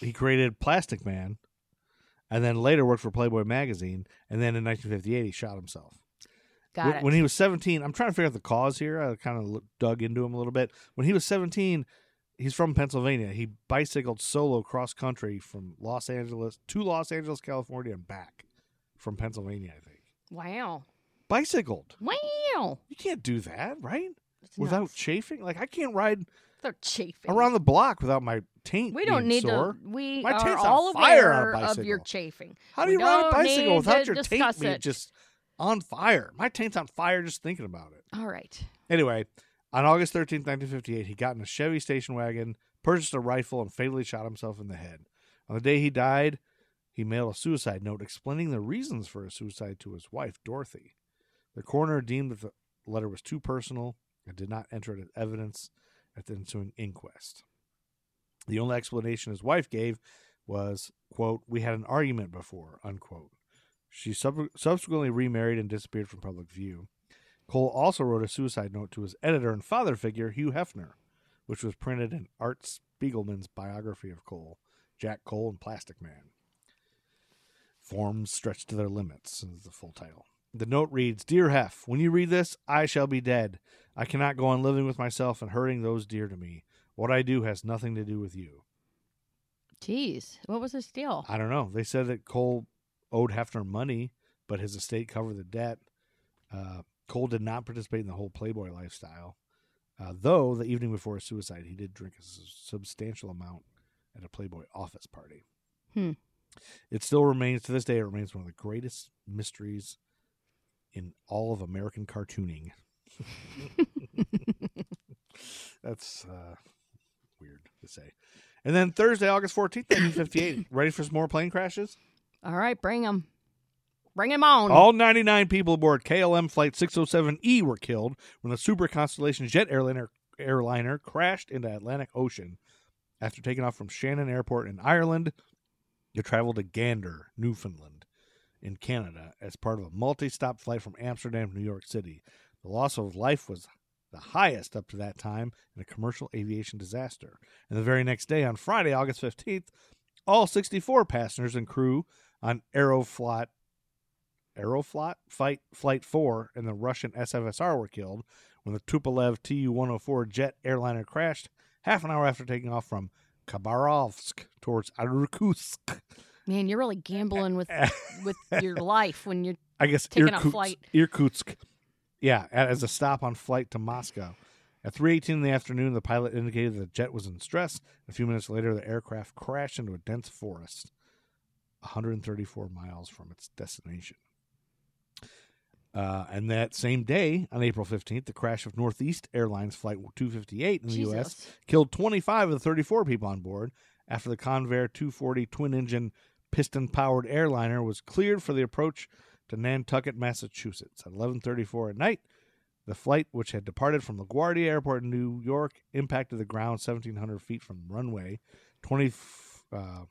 [SPEAKER 4] he created Plastic Man, and then later worked for Playboy magazine, and then in 1958, he shot himself.
[SPEAKER 3] Got
[SPEAKER 4] when,
[SPEAKER 3] it.
[SPEAKER 4] when he was 17, I'm trying to figure out the cause here. I kind of look, dug into him a little bit. When he was 17, he's from Pennsylvania. He bicycled solo cross country from Los Angeles to Los Angeles, California, and back from Pennsylvania. I think
[SPEAKER 3] wow.
[SPEAKER 4] bicycled.
[SPEAKER 3] Wow.
[SPEAKER 4] You can't do that, right?
[SPEAKER 3] It's
[SPEAKER 4] without
[SPEAKER 3] nuts.
[SPEAKER 4] chafing. Like I can't ride
[SPEAKER 3] they're chafing
[SPEAKER 4] around the block without my taint.
[SPEAKER 3] We don't
[SPEAKER 4] being
[SPEAKER 3] need
[SPEAKER 4] sore.
[SPEAKER 3] to. We
[SPEAKER 4] My
[SPEAKER 3] are
[SPEAKER 4] taint's on
[SPEAKER 3] all
[SPEAKER 4] fire on a
[SPEAKER 3] aware of your
[SPEAKER 4] bicycle.
[SPEAKER 3] chafing.
[SPEAKER 4] How do
[SPEAKER 3] we
[SPEAKER 4] you ride a
[SPEAKER 3] don't need
[SPEAKER 4] bicycle without
[SPEAKER 3] to
[SPEAKER 4] your taint
[SPEAKER 3] discuss
[SPEAKER 4] being
[SPEAKER 3] it.
[SPEAKER 4] just on fire. My taint's on fire just thinking about it.
[SPEAKER 3] All right.
[SPEAKER 4] Anyway, on August 13th, 1958, he got in a Chevy station wagon, purchased a rifle, and fatally shot himself in the head. On the day he died, he mailed a suicide note explaining the reasons for his suicide to his wife, Dorothy. The coroner deemed that the letter was too personal and did not enter it as evidence at the ensuing inquest. The only explanation his wife gave was, quote, we had an argument before, unquote. She sub- subsequently remarried and disappeared from public view. Cole also wrote a suicide note to his editor and father figure, Hugh Hefner, which was printed in Art Spiegelman's biography of Cole, Jack Cole and Plastic Man. Forms stretched to their limits is the full title. The note reads Dear Hef, when you read this, I shall be dead. I cannot go on living with myself and hurting those dear to me. What I do has nothing to do with you.
[SPEAKER 3] Jeez, what was his deal?
[SPEAKER 4] I don't know. They said that Cole owed Hefner money, but his estate covered the debt. Uh, Cole did not participate in the whole Playboy lifestyle, uh, though the evening before his suicide, he did drink a s- substantial amount at a Playboy office party.
[SPEAKER 3] Hmm.
[SPEAKER 4] It still remains, to this day, it remains one of the greatest mysteries in all of American cartooning. That's uh, weird to say. And then Thursday, August 14th, 1958. ready for some more plane crashes?
[SPEAKER 3] All right, bring him. Bring him on.
[SPEAKER 4] All 99 people aboard KLM Flight 607E E were killed when the Super Constellation jet airliner, airliner crashed into Atlantic Ocean. After taking off from Shannon Airport in Ireland, it traveled to Gander, Newfoundland, in Canada, as part of a multi-stop flight from Amsterdam to New York City. The loss of life was the highest up to that time in a commercial aviation disaster. And the very next day, on Friday, August 15th, all 64 passengers and crew on Aeroflot Aeroflot Fight Flight 4 and the Russian SFSR were killed when the Tupolev Tu-104 jet airliner crashed half an hour after taking off from Khabarovsk towards Irkutsk.
[SPEAKER 3] Man, you're really gambling with with your life when you're
[SPEAKER 4] I guess
[SPEAKER 3] Taking a
[SPEAKER 4] Irkutsk,
[SPEAKER 3] flight.
[SPEAKER 4] Irkutsk. Yeah, a- as a stop on flight to Moscow. At 3:18 in the afternoon, the pilot indicated that the jet was in stress. A few minutes later, the aircraft crashed into a dense forest 134 miles from its destination. Uh, and that same day, on April 15th, the crash of Northeast Airlines Flight 258 in the
[SPEAKER 3] Jesus.
[SPEAKER 4] U.S. killed 25 of the 34 people on board after the Convair 240 twin engine piston powered airliner was cleared for the approach to Nantucket, Massachusetts. At 11:34 at night, the flight which had departed from LaGuardia Airport in New York impacted the ground 1700 feet from the runway, 20 f- uh,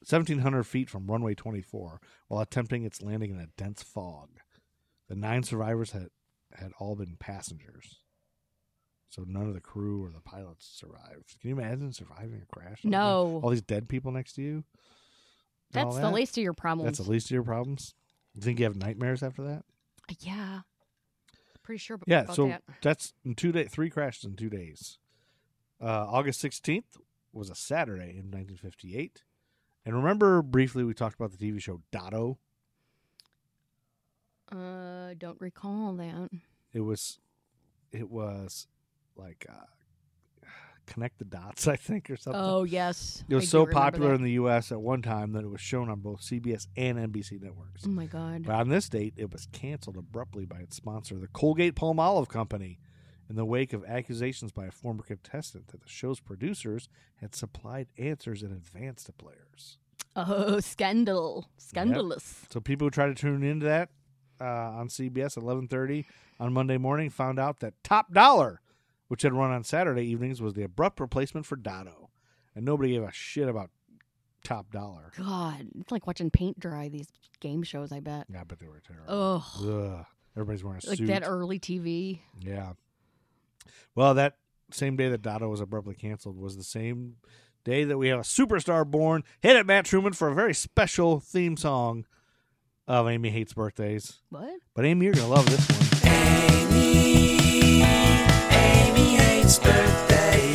[SPEAKER 4] 1700 feet from runway 24 while attempting its landing in a dense fog. The nine survivors had had all been passengers. So none of the crew or the pilots survived. Can you imagine surviving a crash?
[SPEAKER 3] No.
[SPEAKER 4] All these dead people next to you? and all
[SPEAKER 3] That's the
[SPEAKER 4] that?
[SPEAKER 3] least of your problems.
[SPEAKER 4] That's the least of your problems. You think you have nightmares after that?
[SPEAKER 3] yeah. Pretty sure ab-
[SPEAKER 4] Yeah.
[SPEAKER 3] about
[SPEAKER 4] so
[SPEAKER 3] that.
[SPEAKER 4] that's in two day, three crashes in two days. Uh, August sixteenth was a Saturday in 1958, and remember briefly we talked about the TV show Dotto.
[SPEAKER 3] Uh, don't recall that.
[SPEAKER 4] It was, it was like uh, connect the dots, I think, or something.
[SPEAKER 3] Oh yes.
[SPEAKER 4] It
[SPEAKER 3] I
[SPEAKER 4] was
[SPEAKER 3] do
[SPEAKER 4] so
[SPEAKER 3] remember
[SPEAKER 4] popular
[SPEAKER 3] that.
[SPEAKER 4] in the U.S. at one time that it was shown on both CBS and NBC networks.
[SPEAKER 3] Oh my god.
[SPEAKER 4] But on this date, it was canceled abruptly by its sponsor, the Colgate Palmolive Company, in the wake of accusations by a former contestant that the show's producers had supplied answers in advance to players.
[SPEAKER 3] Oh scandal. Scandalous.
[SPEAKER 4] So people who try to tune into that uh, on CBS at 11:30 on Monday morning found out that Top Dollar, which had run on Saturday evenings, was the abrupt replacement for Dotto, and nobody gave a shit about Top Dollar.
[SPEAKER 3] God. It's like watching paint dry these game shows, I bet.
[SPEAKER 4] Yeah, I bet they were terrible.
[SPEAKER 3] Ugh.
[SPEAKER 4] Ugh. Everybody's wearing a
[SPEAKER 3] Oh. Like
[SPEAKER 4] suit.
[SPEAKER 3] that early TV.
[SPEAKER 4] Yeah. Well, that same day that Dotto was abruptly canceled was the same day that we have a superstar born. Hit it, Matt Truman, for a very special theme song of Amy Hates Birthdays.
[SPEAKER 3] What?
[SPEAKER 4] But Amy, you're going to love this one.
[SPEAKER 2] Amy hates birthdays.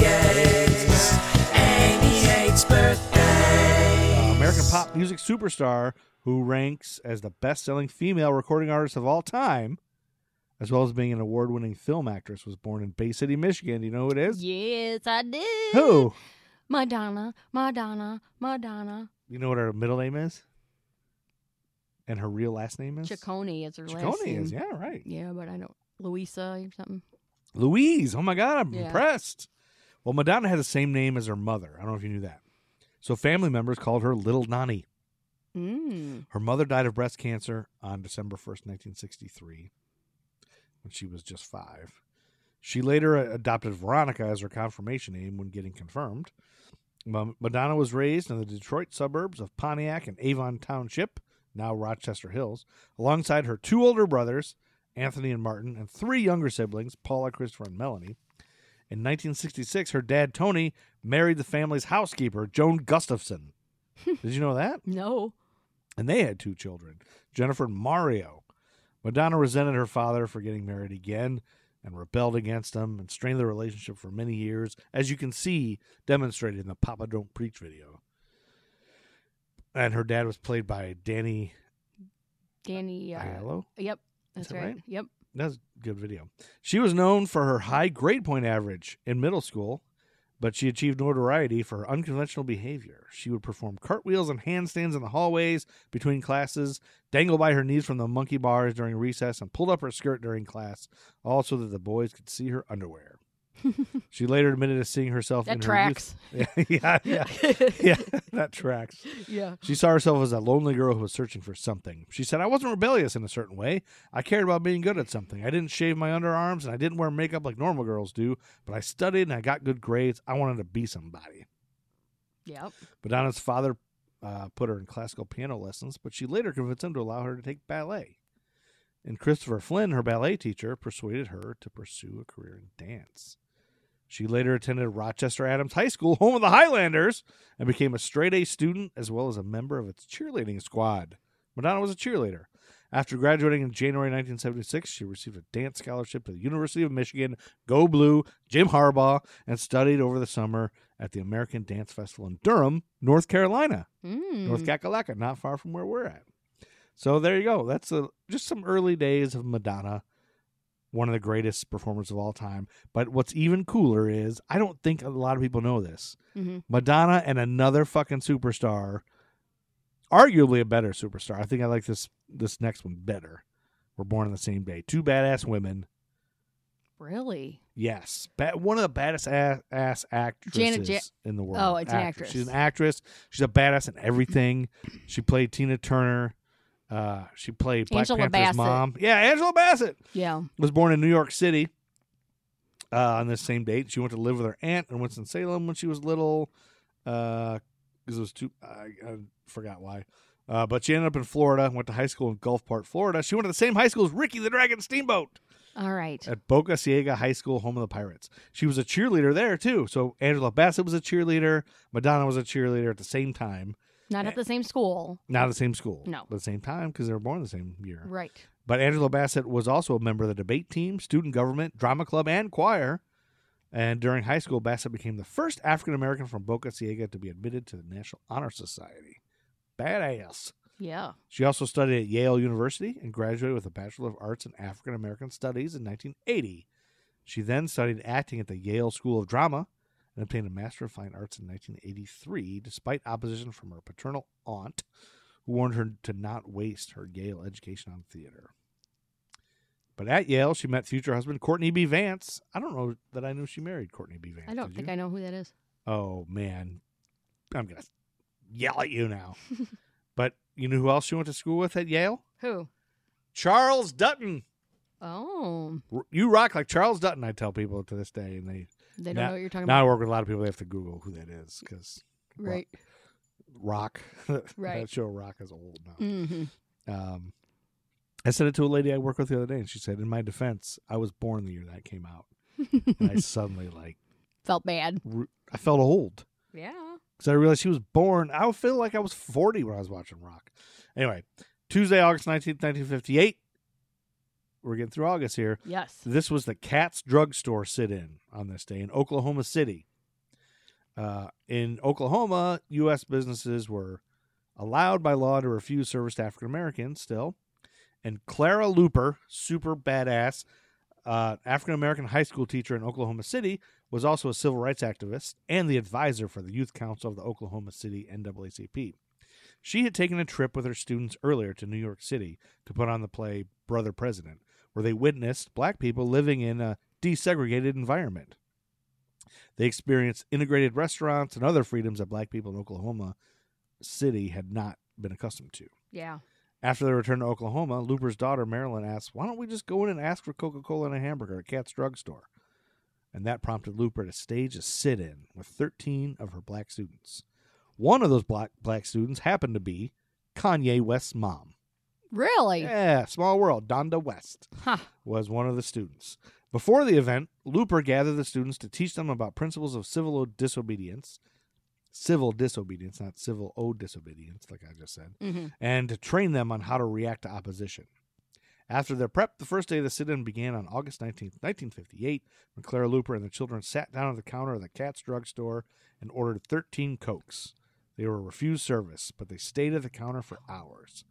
[SPEAKER 2] Amy hates birthdays.
[SPEAKER 4] Uh, American pop music superstar who ranks as the best selling female recording artist of all time, as well as being an award winning film actress, was born in Bay City, Michigan. Do you know who it is?
[SPEAKER 3] Yes, I did.
[SPEAKER 4] Who?
[SPEAKER 3] Madonna, Madonna, Madonna.
[SPEAKER 4] You know what her middle name is? and her real last name is
[SPEAKER 3] Ciccone is her last
[SPEAKER 4] Ciccone
[SPEAKER 3] name.
[SPEAKER 4] is yeah right.
[SPEAKER 3] Yeah, but I don't. Louisa or something.
[SPEAKER 4] Louise. Oh my God, I'm
[SPEAKER 3] Yeah.
[SPEAKER 4] impressed. Well, Madonna had the same name as her mother. I don't know if you knew that. So family members called her Little Nani.
[SPEAKER 3] Mm.
[SPEAKER 4] Her mother died of breast cancer on December 1st, 1963, when she was just five. She later uh, adopted Veronica as her confirmation name when getting confirmed. Ma- Madonna was raised in the Detroit suburbs of Pontiac and Avon Township, now Rochester Hills, alongside her two older brothers, Anthony and Martin, and three younger siblings, Paula, Christopher, and Melanie. In 1966, her dad, Tony, married the family's housekeeper, Joan Gustafson. Did you know that?
[SPEAKER 3] No.
[SPEAKER 4] and they had two children, Jennifer and Mario. Madonna resented her father for getting married again and rebelled against him and strained their relationship for many years, as you can see demonstrated in the Papa Don't Preach video. And her dad was played by Danny
[SPEAKER 3] Danny. Uh,
[SPEAKER 4] Aiello.
[SPEAKER 3] Yep. That's
[SPEAKER 4] that
[SPEAKER 3] right.
[SPEAKER 4] right?
[SPEAKER 3] Yep.
[SPEAKER 4] That's a good video. She was known for her high grade point average in middle school, but she achieved notoriety for her unconventional behavior. She would perform cartwheels and handstands in the hallways between classes, dangle by her knees from the monkey bars during recess, and pulled up her skirt during class, all so that the boys could see her underwear. she later admitted to seeing herself
[SPEAKER 3] That
[SPEAKER 4] in
[SPEAKER 3] tracks.
[SPEAKER 4] her youth. yeah, yeah, yeah, that tracks.
[SPEAKER 3] yeah.
[SPEAKER 4] She saw herself as a lonely girl who was searching for something. She said, I wasn't rebellious in a certain way. I cared about being good at something. I didn't shave my underarms and I didn't wear makeup like normal girls do, but I studied and I got good grades. I wanted to be somebody.
[SPEAKER 3] Yep.
[SPEAKER 4] Madonna's father uh, put her in classical piano lessons, but she later convinced him to allow her to take ballet. And Christopher Flynn, her ballet teacher, persuaded her to pursue a career in dance. She later attended Rochester Adams High School, home of the Highlanders, and became a straight A student as well as a member of its cheerleading squad. Madonna was a cheerleader. After graduating in January 1976, she received a dance scholarship to the University of Michigan, Go Blue, Jim Harbaugh, and studied over the summer at the American Dance Festival in Durham, North Carolina,
[SPEAKER 3] Mm.
[SPEAKER 4] North Kakalaka, not far from where we're at. So there you go. That's a, just some early days of Madonna, one of the greatest performers of all time. But what's even cooler is I don't think a lot of people know this.
[SPEAKER 3] Mhm.
[SPEAKER 4] Madonna and another fucking superstar, arguably a better superstar. I think I like this this next one better. Were born on the same day. Two badass women.
[SPEAKER 3] Really?
[SPEAKER 4] Yes, ba- one of the baddest ass, ass actresses
[SPEAKER 3] Janet Ja-
[SPEAKER 4] in the world.
[SPEAKER 3] Oh, it's an actress.
[SPEAKER 4] She's an actress. She's a badass in everything. she played Tina Turner. Uh, she played Black
[SPEAKER 3] Angela
[SPEAKER 4] Panther's
[SPEAKER 3] Bassett.
[SPEAKER 4] mom. Yeah, Angela Bassett
[SPEAKER 3] Yeah.
[SPEAKER 4] was born in New York City uh, on this same date. She went to live with her aunt in Winston Salem when she was little, because it was too. I, I forgot why. Uh, but she ended up in Florida. Went to high school in Gulfport, Florida. She went to the same high school as Ricky the Dragon Steamboat
[SPEAKER 3] All right.
[SPEAKER 4] at Boca Ciega High School, home of the Pirates. She was a cheerleader there too. So Angela Bassett was a cheerleader. Madonna was a cheerleader at the same time.
[SPEAKER 3] Not at the same school.
[SPEAKER 4] Not at the same school.
[SPEAKER 3] No.
[SPEAKER 4] But at the same time because they were born the same year.
[SPEAKER 3] Right.
[SPEAKER 4] But Angela Bassett was also a member of the debate team, student government, drama club, and choir. And during high school, Bassett became the first African American from Boca Ciega to be admitted to the National Honor Society. Badass.
[SPEAKER 3] Yeah.
[SPEAKER 4] She also studied at Yale University and graduated with a Bachelor of Arts in African American Studies in 1980. She then studied acting at the Yale School of Drama and obtained a Master of Fine Arts in 1983, despite opposition from her paternal aunt, who warned her to not waste her Yale education on theater. But at Yale, she met future husband Courtney B. Vance. I don't know that I knew she married Courtney B. Vance.
[SPEAKER 3] I don't
[SPEAKER 4] did
[SPEAKER 3] think
[SPEAKER 4] you?
[SPEAKER 3] I know who that is.
[SPEAKER 4] Oh man, I'm gonna yell at you now. but you know who else she went to school with at Yale?
[SPEAKER 3] Who?
[SPEAKER 4] Charles Dutton.
[SPEAKER 3] Oh,
[SPEAKER 4] R- You rock like Charles Dutton. I tell people to this day, and they
[SPEAKER 3] they don't
[SPEAKER 4] Now-
[SPEAKER 3] know what you're talking
[SPEAKER 4] now I
[SPEAKER 3] about.
[SPEAKER 4] work with a lot of people. They have to Google who that is because
[SPEAKER 3] Right.
[SPEAKER 4] rock.
[SPEAKER 3] Right.
[SPEAKER 4] that show rock is old now.
[SPEAKER 3] Mm-hmm.
[SPEAKER 4] Um, I said it to a lady I work with the other day, and she said, "In my defense, I was born the year that came out, and I suddenly like
[SPEAKER 3] Mm-hmm. Felt bad.
[SPEAKER 4] re- I felt old."
[SPEAKER 3] Yeah.
[SPEAKER 4] because I realized she was born. I would feel like I was 40 when I was watching Rock. Anyway, Tuesday, August 19th, 1958. We're getting through August here.
[SPEAKER 3] Yes.
[SPEAKER 4] This was the Cat's Drugstore sit in on this day in Oklahoma City. Uh, in Oklahoma, U.S. businesses were allowed by law to refuse service to African Americans still. And Clara Looper, super badass uh, African American high school teacher in Oklahoma City, was also a civil rights activist and the advisor for the Youth Council of the Oklahoma City NAACP. She had taken a trip with her students earlier to New York City to put on the play Brother President, where they witnessed black people living in a desegregated environment. They experienced integrated restaurants and other freedoms that black people in Oklahoma City had not been accustomed to.
[SPEAKER 3] Yeah.
[SPEAKER 4] After their return to Oklahoma, Looper's daughter Marilyn asked, Why don't we just go in and ask for Coca Cola and a hamburger at Cat's drugstore? And that prompted Looper to stage a sit in with 13 of her black students. One of those black, black students happened to be Kanye West's mom.
[SPEAKER 3] Really?
[SPEAKER 4] Yeah, small world. Donda West
[SPEAKER 3] Huh.
[SPEAKER 4] was one of the students. Before the event, Looper gathered the students to teach them about principles of civil disobedience, civil disobedience, not civil o disobedience, like I just said,
[SPEAKER 3] hmm
[SPEAKER 4] and to train them on how to react to opposition. After their prep, the first day of the sit in began on August 19th, 1958, when Clara Looper and the children sat down at the counter of the Cat's drugstore and ordered 13 Cokes. They were refused service, but they stayed at the counter for hours.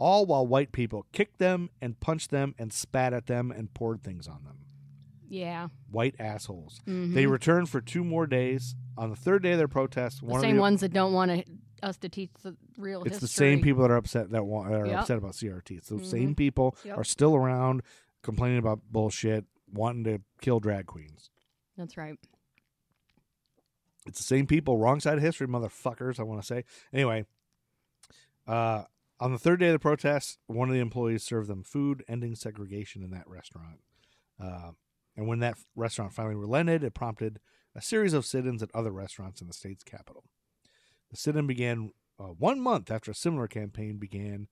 [SPEAKER 4] All while white people kicked them and punched them and spat at them and poured things on them.
[SPEAKER 3] Yeah.
[SPEAKER 4] White assholes.
[SPEAKER 3] Mhm.
[SPEAKER 4] They returned for two more days. On the third day of their protest,
[SPEAKER 3] the
[SPEAKER 4] one
[SPEAKER 3] same
[SPEAKER 4] of the,
[SPEAKER 3] ones that don't want to, us to teach the real
[SPEAKER 4] it's
[SPEAKER 3] history.
[SPEAKER 4] the same people that are upset that want, that are
[SPEAKER 3] Yep.
[SPEAKER 4] upset about CRT. It's those
[SPEAKER 3] Mhm.
[SPEAKER 4] same people
[SPEAKER 3] Yep.
[SPEAKER 4] are still around complaining about bullshit, wanting to kill drag queens.
[SPEAKER 3] That's right.
[SPEAKER 4] It's the same people, wrong side of history, motherfuckers. I want to say anyway. Uh, on the third day of the protest, one of the employees served them food, ending segregation in that restaurant. Uh, and when that restaurant finally relented, it prompted a series of sit-ins at other restaurants in the state's capital. The sit-in began uh, one month after a similar campaign began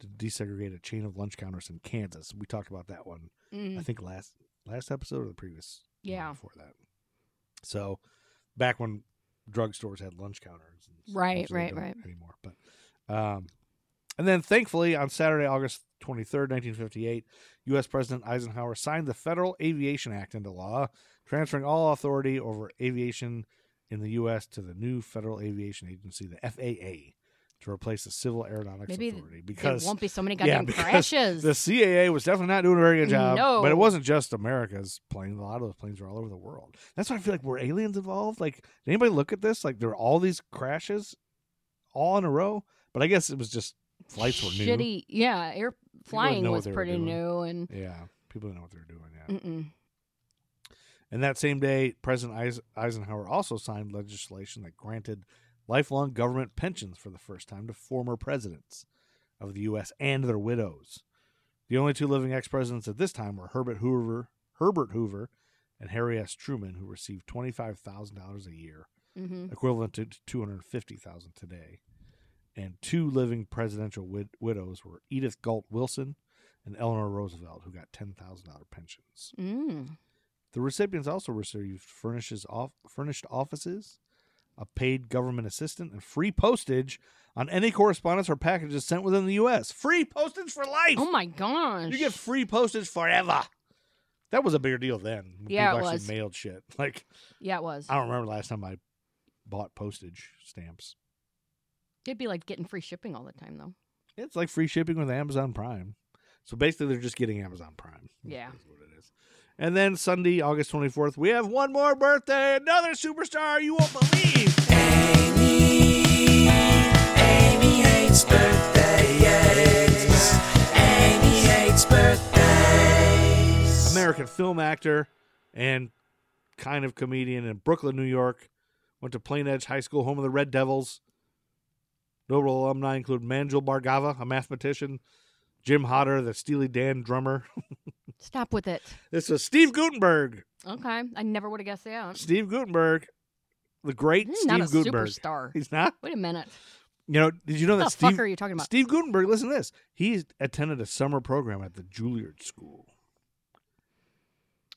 [SPEAKER 4] to desegregate a chain of lunch counters in Kansas. We talked about that one I
[SPEAKER 3] Mm.
[SPEAKER 4] think last last episode or the previous one
[SPEAKER 3] Yeah.
[SPEAKER 4] before that. So back when drugstores had lunch counters, and s-
[SPEAKER 3] Right,
[SPEAKER 4] actually
[SPEAKER 3] right,
[SPEAKER 4] don't
[SPEAKER 3] right.
[SPEAKER 4] Anymore, but um, and then thankfully on Saturday, August twenty third, nineteen fifty eight, U.S. President Eisenhower signed the Federal Aviation Act into law, transferring all authority over aviation in the U.S. to the new Federal Aviation Agency, the FAA. To replace the Civil Aeronautics
[SPEAKER 3] Maybe There
[SPEAKER 4] Authority, because
[SPEAKER 3] won't be so many
[SPEAKER 4] yeah,
[SPEAKER 3] goddamn
[SPEAKER 4] because
[SPEAKER 3] crashes.
[SPEAKER 4] the CAA was definitely not doing a very good job.
[SPEAKER 3] No.
[SPEAKER 4] But it wasn't just America's planes. A lot of those planes were all over the world. That's why I feel like were aliens involved? Like, did anybody look at this? Like, there were all these crashes all in a row. But I guess it was just flights were new.
[SPEAKER 3] Shitty. Yeah. Air flying
[SPEAKER 4] know what
[SPEAKER 3] was
[SPEAKER 4] they were
[SPEAKER 3] pretty
[SPEAKER 4] doing.
[SPEAKER 3] new and.
[SPEAKER 4] yeah, people didn't know what they were doing. Yeah.
[SPEAKER 3] Mm-mm.
[SPEAKER 4] And that same day, President Eis- Eisenhower also signed legislation that granted lifelong government pensions for the first time to former presidents of the U.S. and their widows. The only two living ex-presidents at this time were Herbert Hoover, Herbert Hoover, and Harry S. Truman, who received twenty-five thousand dollars a year,
[SPEAKER 3] Mm-hmm.
[SPEAKER 4] equivalent to two hundred fifty thousand today. And two living presidential wid- widows were Edith Galt Wilson and Eleanor Roosevelt, who got ten thousand dollar pensions.
[SPEAKER 3] Mm.
[SPEAKER 4] The recipients also received furnishes off, furnished offices, a paid government assistant, and free postage on any correspondence or packages sent within the U.S. Free postage for life!
[SPEAKER 3] Oh my gosh.
[SPEAKER 4] you get free postage forever. That was a bigger deal then. when
[SPEAKER 3] Yeah,
[SPEAKER 4] people
[SPEAKER 3] it
[SPEAKER 4] actually
[SPEAKER 3] was.
[SPEAKER 4] mailed shit. Like
[SPEAKER 3] yeah, it was.
[SPEAKER 4] I don't remember the last time I bought postage stamps.
[SPEAKER 3] It'd be like getting free shipping all the time, though.
[SPEAKER 4] It's like free shipping with Amazon Prime. So basically, they're just getting Amazon Prime.
[SPEAKER 3] Yeah.
[SPEAKER 4] Is what it is. And then Sunday, August 24th, we have one more birthday, another superstar you won't believe.
[SPEAKER 2] Amy hates birthdays. Amy hates birthdays.
[SPEAKER 4] American film actor and kind of comedian in Brooklyn, New York. Went to Plain Edge High School, home of the Red Devils. Notable alumni include Manjul Bhargava, a mathematician, Jim Hodder, the Steely Dan drummer.
[SPEAKER 3] Stop with it.
[SPEAKER 4] This was Steve Gutenberg.
[SPEAKER 3] Okay. I never would have guessed that.
[SPEAKER 4] Steve Gutenberg, the great
[SPEAKER 3] He's
[SPEAKER 4] Steve
[SPEAKER 3] not a
[SPEAKER 4] Gutenberg.
[SPEAKER 3] superstar.
[SPEAKER 4] He's not.
[SPEAKER 3] Wait a minute.
[SPEAKER 4] You know, did you know
[SPEAKER 3] What the
[SPEAKER 4] that Steve
[SPEAKER 3] fuck are you talking about?
[SPEAKER 4] Steve Gutenberg? Listen to this. He attended a summer program at the Juilliard School.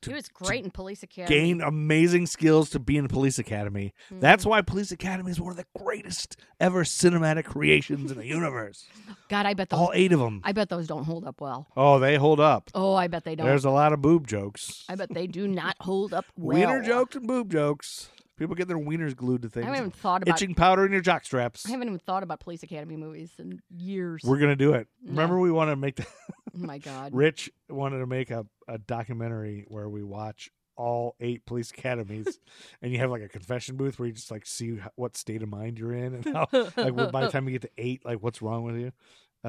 [SPEAKER 3] he was great in Police Academy.
[SPEAKER 4] gain amazing skills to be in Police Academy.
[SPEAKER 3] Mm-hmm.
[SPEAKER 4] That's why Police Academy is one of the greatest ever cinematic creations in the universe.
[SPEAKER 3] God, I bet those.
[SPEAKER 4] All eight of them.
[SPEAKER 3] I bet those don't hold up well.
[SPEAKER 4] Oh, they hold up.
[SPEAKER 3] Oh, I bet they don't.
[SPEAKER 4] There's a lot of boob jokes.
[SPEAKER 3] I bet they do not hold up well.
[SPEAKER 4] Wiener jokes and boob jokes. People get their wieners glued to
[SPEAKER 3] I
[SPEAKER 4] things.
[SPEAKER 3] haven't even
[SPEAKER 4] and
[SPEAKER 3] thought about.
[SPEAKER 4] Itching powder in your jock straps.
[SPEAKER 3] I haven't even thought about Police Academy movies in years.
[SPEAKER 4] We're gonna do it.
[SPEAKER 3] No.
[SPEAKER 4] Remember, we want to make the
[SPEAKER 3] oh my God.
[SPEAKER 4] Rich wanted to make a, a documentary where we watch all eight police academies, and you have like a confession booth where you just like see h- what state of mind you're in, and how, like when- by the time you get to eight, like what's wrong with you.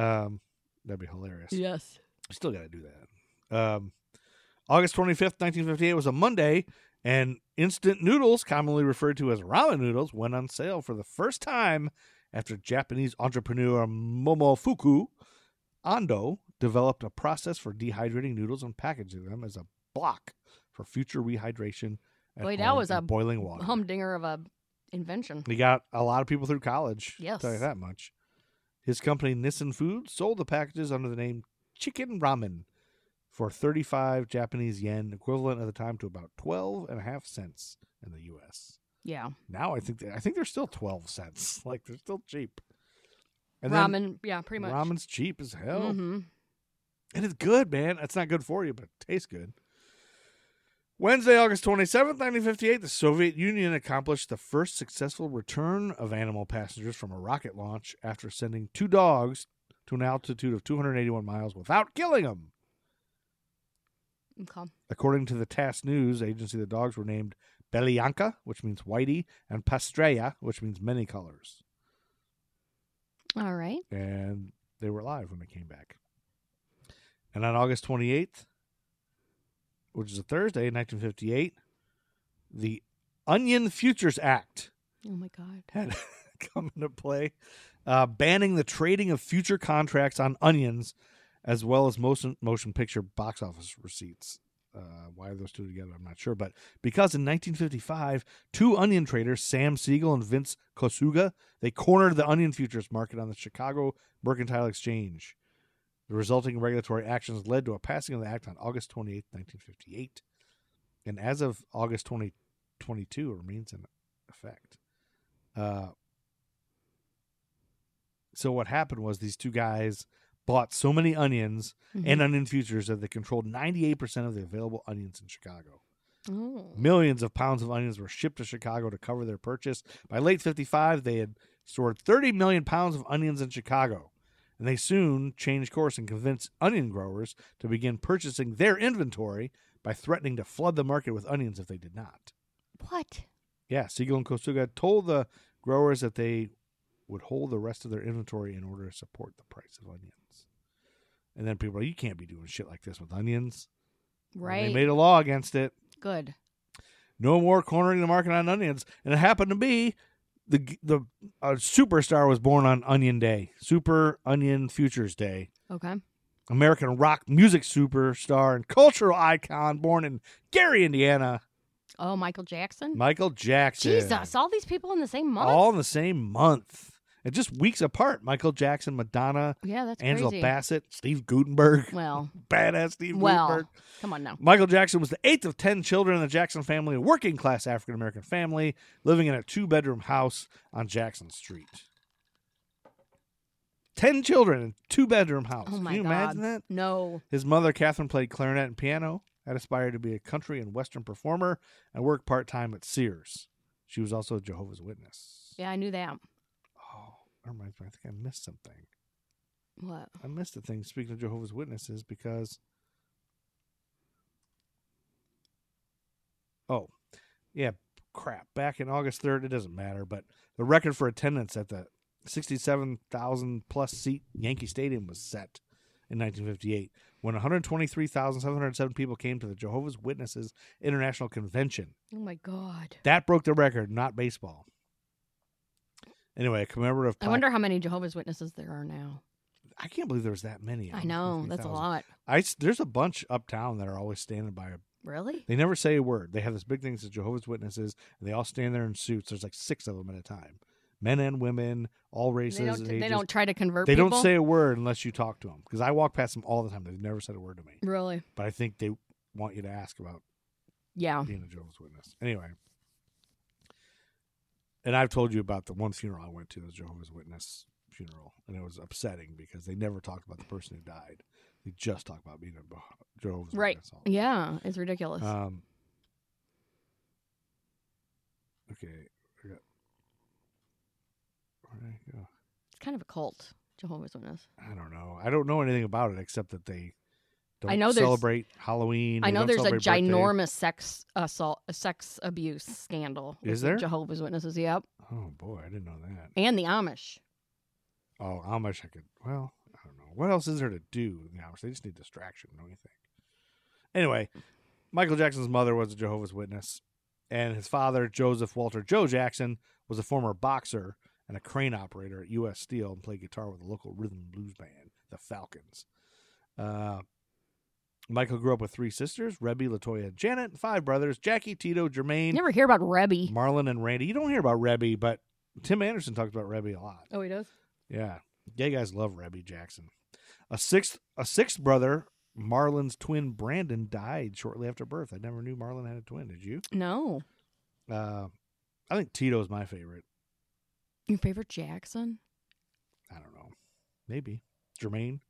[SPEAKER 4] Um, that'd be hilarious.
[SPEAKER 3] yes.
[SPEAKER 4] Still got to do that. Um, August 25th, 1958 was a Monday, and instant noodles, commonly referred to as ramen noodles, went on sale for the first time after Japanese entrepreneur Momofuku Ando developed a process for dehydrating noodles and packaging them as a block for future rehydration. at
[SPEAKER 3] Boy, that
[SPEAKER 4] home
[SPEAKER 3] was
[SPEAKER 4] in
[SPEAKER 3] a
[SPEAKER 4] boiling water.
[SPEAKER 3] Humdinger of a invention.
[SPEAKER 4] He got a lot of people through college. I'll tell you
[SPEAKER 3] Yes.
[SPEAKER 4] that much. His company Nissen Foods sold the packages under the name Chicken Ramen for 35 Japanese yen, equivalent at the time to about 12 and a half cents in the U.S.
[SPEAKER 3] Yeah.
[SPEAKER 4] Now I think they, I think they're still 12 cents. Like they're still cheap. then Oh.
[SPEAKER 3] ramen. Yeah, pretty much.
[SPEAKER 4] Ramen's cheap as hell.
[SPEAKER 3] hmm
[SPEAKER 4] And it's good, man. It's not good for you, but it tastes good. Wednesday, August 27th, 1958, the Soviet Union accomplished the first successful return of animal passengers from a rocket launch after sending two dogs to an altitude of 281 miles without killing them.
[SPEAKER 3] Okay.
[SPEAKER 4] According to the TASS News agency, the dogs were named Belyanka, which means whitey, and Pastreya, which means many colors.
[SPEAKER 3] All right.
[SPEAKER 4] and they were alive when they came back. And on August 28th, which is a Thursday in 1958, the Onion Futures Act
[SPEAKER 3] Oh my God.
[SPEAKER 4] had come into play, uh, banning the trading of future contracts on onions as well as motion, motion picture box office receipts. Uh, why are those two together? I'm not sure. But because in 1955, two onion traders, Sam Siegel and Vince Kosuga, they cornered the onion futures market on the Chicago Mercantile Exchange. The resulting regulatory actions led to a passing of the act on August 28, 1958. And as of August 2022, it remains in effect. Uh, so what happened was these two guys bought so many onions
[SPEAKER 3] Mm-hmm.
[SPEAKER 4] and onion futures that they controlled 98% of the available onions in Chicago.
[SPEAKER 3] Oh.
[SPEAKER 4] Millions of pounds of onions were shipped to Chicago to cover their purchase. By late 55, they had stored 30 million pounds of onions in Chicago. And they soon changed course and convinced onion growers to begin purchasing their inventory by threatening to flood the market with onions if they did not.
[SPEAKER 3] What?
[SPEAKER 4] Yeah, Siegel and Kosuga told the growers that they would hold the rest of their inventory in order to support the price of onions. And then people are, you can't be doing shit like this with onions. And
[SPEAKER 3] Right.
[SPEAKER 4] They made a law against it.
[SPEAKER 3] Good.
[SPEAKER 4] No more cornering the market on onions. And it happened to be the the a superstar was born on Onion Day, Super Onion Futures Day.
[SPEAKER 3] Okay.
[SPEAKER 4] American rock music superstar and cultural icon born in Gary, Indiana,
[SPEAKER 3] Oh, Michael Jackson.
[SPEAKER 4] Michael Jackson.
[SPEAKER 3] Jesus! All these people in the same month.
[SPEAKER 4] All in the same month. And just weeks apart. Michael Jackson, Madonna,
[SPEAKER 3] yeah, that's
[SPEAKER 4] Angela
[SPEAKER 3] crazy.
[SPEAKER 4] Bassett, Steve Gutenberg.
[SPEAKER 3] Well,
[SPEAKER 4] Badass Steve
[SPEAKER 3] well.
[SPEAKER 4] Gutenberg.
[SPEAKER 3] Come on now.
[SPEAKER 4] Michael Jackson was the eighth of 10 children in the Jackson family, a working class African American family living in a two bedroom house on Jackson Street. 10 children in two bedroom house.
[SPEAKER 3] Oh my
[SPEAKER 4] Can you
[SPEAKER 3] God.
[SPEAKER 4] imagine that?
[SPEAKER 3] No.
[SPEAKER 4] His mother, Catherine, played clarinet and piano, had aspired to be a country and western performer, and worked part time at Sears. She was also a Jehovah's Witness.
[SPEAKER 3] Yeah, I knew that.
[SPEAKER 4] Oh, that reminds me. I think I missed something.
[SPEAKER 3] What?
[SPEAKER 4] I missed a thing. Speaking of Jehovah's Witnesses, because oh, yeah, crap. Back in August third, it doesn't matter. But the record for attendance at the sixty-seven thousand plus seat Yankee Stadium was set in 1958 when 123,707 people came to the Jehovah's Witnesses International Convention.
[SPEAKER 3] Oh my God.
[SPEAKER 4] That broke the record, not baseball. Anyway, a commemorative.
[SPEAKER 3] I wonder how many Jehovah's Witnesses there are now.
[SPEAKER 4] I can't believe there was that many.
[SPEAKER 3] I know that's a
[SPEAKER 4] 123,000.
[SPEAKER 3] lot.
[SPEAKER 4] I s- there's a bunch uptown that are always standing by. a-
[SPEAKER 3] Really?
[SPEAKER 4] They never say a word. They have this big thing that says Jehovah's Witnesses, and they all stand there in suits. There's like six of them at a time, men and women, all races.
[SPEAKER 3] They don't.
[SPEAKER 4] and
[SPEAKER 3] They
[SPEAKER 4] ages.
[SPEAKER 3] don't try to convert.
[SPEAKER 4] They
[SPEAKER 3] people?
[SPEAKER 4] don't say a word unless you talk to them. Because I walk past them all the time. They've never said a word to me.
[SPEAKER 3] Really?
[SPEAKER 4] But I think they want you to ask about
[SPEAKER 3] Yeah.
[SPEAKER 4] being a Jehovah's Witness. Anyway. And I've told you about the one funeral I went to, the Jehovah's Witness funeral, and it was upsetting because they never talked about the person who died. They just talked about being a Beh- Jehovah's
[SPEAKER 3] Right.
[SPEAKER 4] Witness. all the
[SPEAKER 3] Yeah. It's ridiculous.
[SPEAKER 4] Um, okay. I got, where did I go?
[SPEAKER 3] it's kind of a cult. Jehovah's Witness.
[SPEAKER 4] I don't know. I don't know anything about it except that they Don't
[SPEAKER 3] I know there's-
[SPEAKER 4] celebrate Halloween.
[SPEAKER 3] I
[SPEAKER 4] We
[SPEAKER 3] know
[SPEAKER 4] don't
[SPEAKER 3] there's a
[SPEAKER 4] celebrate birthdays.
[SPEAKER 3] ginormous sex assault, sex abuse scandal. with
[SPEAKER 4] Is there?
[SPEAKER 3] Jehovah's Witnesses? Yep,
[SPEAKER 4] Oh boy, I didn't know that.
[SPEAKER 3] and the Amish.
[SPEAKER 4] Oh, how much I could. Well, I don't know. What else is there to do in the hours? They just need distraction, don't you think? Anyway, Michael Jackson's mother was a Jehovah's Witness, and his father, Joseph Walter Joe Jackson, was a former boxer and a crane operator at U.S. Steel and played guitar with a local rhythm and blues band, the Falcons. Uh, Michael grew up with three sisters, Rebby, Latoya, and Janet, and five brothers, Jackie, Tito,
[SPEAKER 3] You
[SPEAKER 4] Jermaine,
[SPEAKER 3] never hear about Rebbe.
[SPEAKER 4] Marlon, and Randy. You don't hear about Rebby, but Tim Anderson talks about Rebby a lot.
[SPEAKER 3] Oh, he does.
[SPEAKER 4] Yeah. Gay guys love Rebby Jackson. A sixth a sixth brother, Marlon's twin Brandon, died shortly after birth. I never knew Marlon had a twin, did you?
[SPEAKER 3] No,
[SPEAKER 4] Uh, I think Tito's my favorite.
[SPEAKER 3] your favorite Jackson?
[SPEAKER 4] I don't know. Maybe. Jermaine.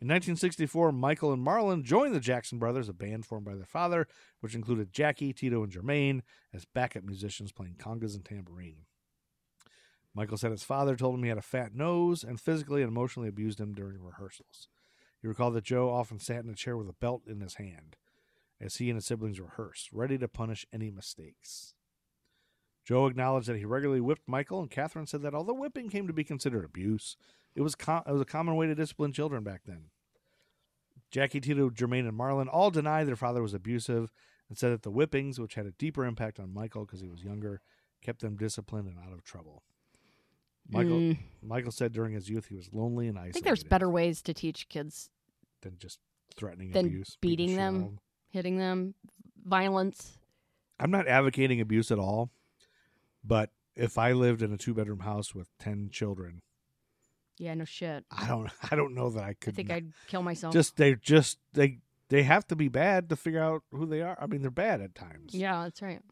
[SPEAKER 4] In 1964, Michael and Marlon joined the Jackson Brothers, a band formed by their father, which included Jackie, Tito, and Jermaine as backup musicians playing congas and tambourine. Michael said his father told him he had a fat nose and physically and emotionally abused him during rehearsals. He recalled that Joe often sat in a chair with a belt in his hand as he and his siblings rehearsed, ready to punish any mistakes. Joe acknowledged that he regularly whipped Michael, and Catherine said that although whipping came to be considered abuse, it was com- it was a common way to discipline children back then. Jackie, Tito, Jermaine, and Marlon all denied their father was abusive and said that the whippings, which had a deeper impact on Michael because he was younger, kept them disciplined and out of trouble. Michael
[SPEAKER 3] Mm.
[SPEAKER 4] Michael said during his youth he was lonely and isolated.
[SPEAKER 3] I think there's better ways to teach kids
[SPEAKER 4] than just threatening
[SPEAKER 3] Than
[SPEAKER 4] abuse,
[SPEAKER 3] beating
[SPEAKER 4] the shit out
[SPEAKER 3] them.
[SPEAKER 4] of
[SPEAKER 3] hitting them, violence.
[SPEAKER 4] I'm not advocating abuse at all, but if I lived in a two bedroom house with ten children,
[SPEAKER 3] Yeah, no shit.
[SPEAKER 4] I don't I don't know that I
[SPEAKER 3] I
[SPEAKER 4] could
[SPEAKER 3] think
[SPEAKER 4] not-
[SPEAKER 3] I'd kill myself.
[SPEAKER 4] just they just they they have to be bad to figure out who they are. I mean, they're bad at times.
[SPEAKER 3] yeah, that's right.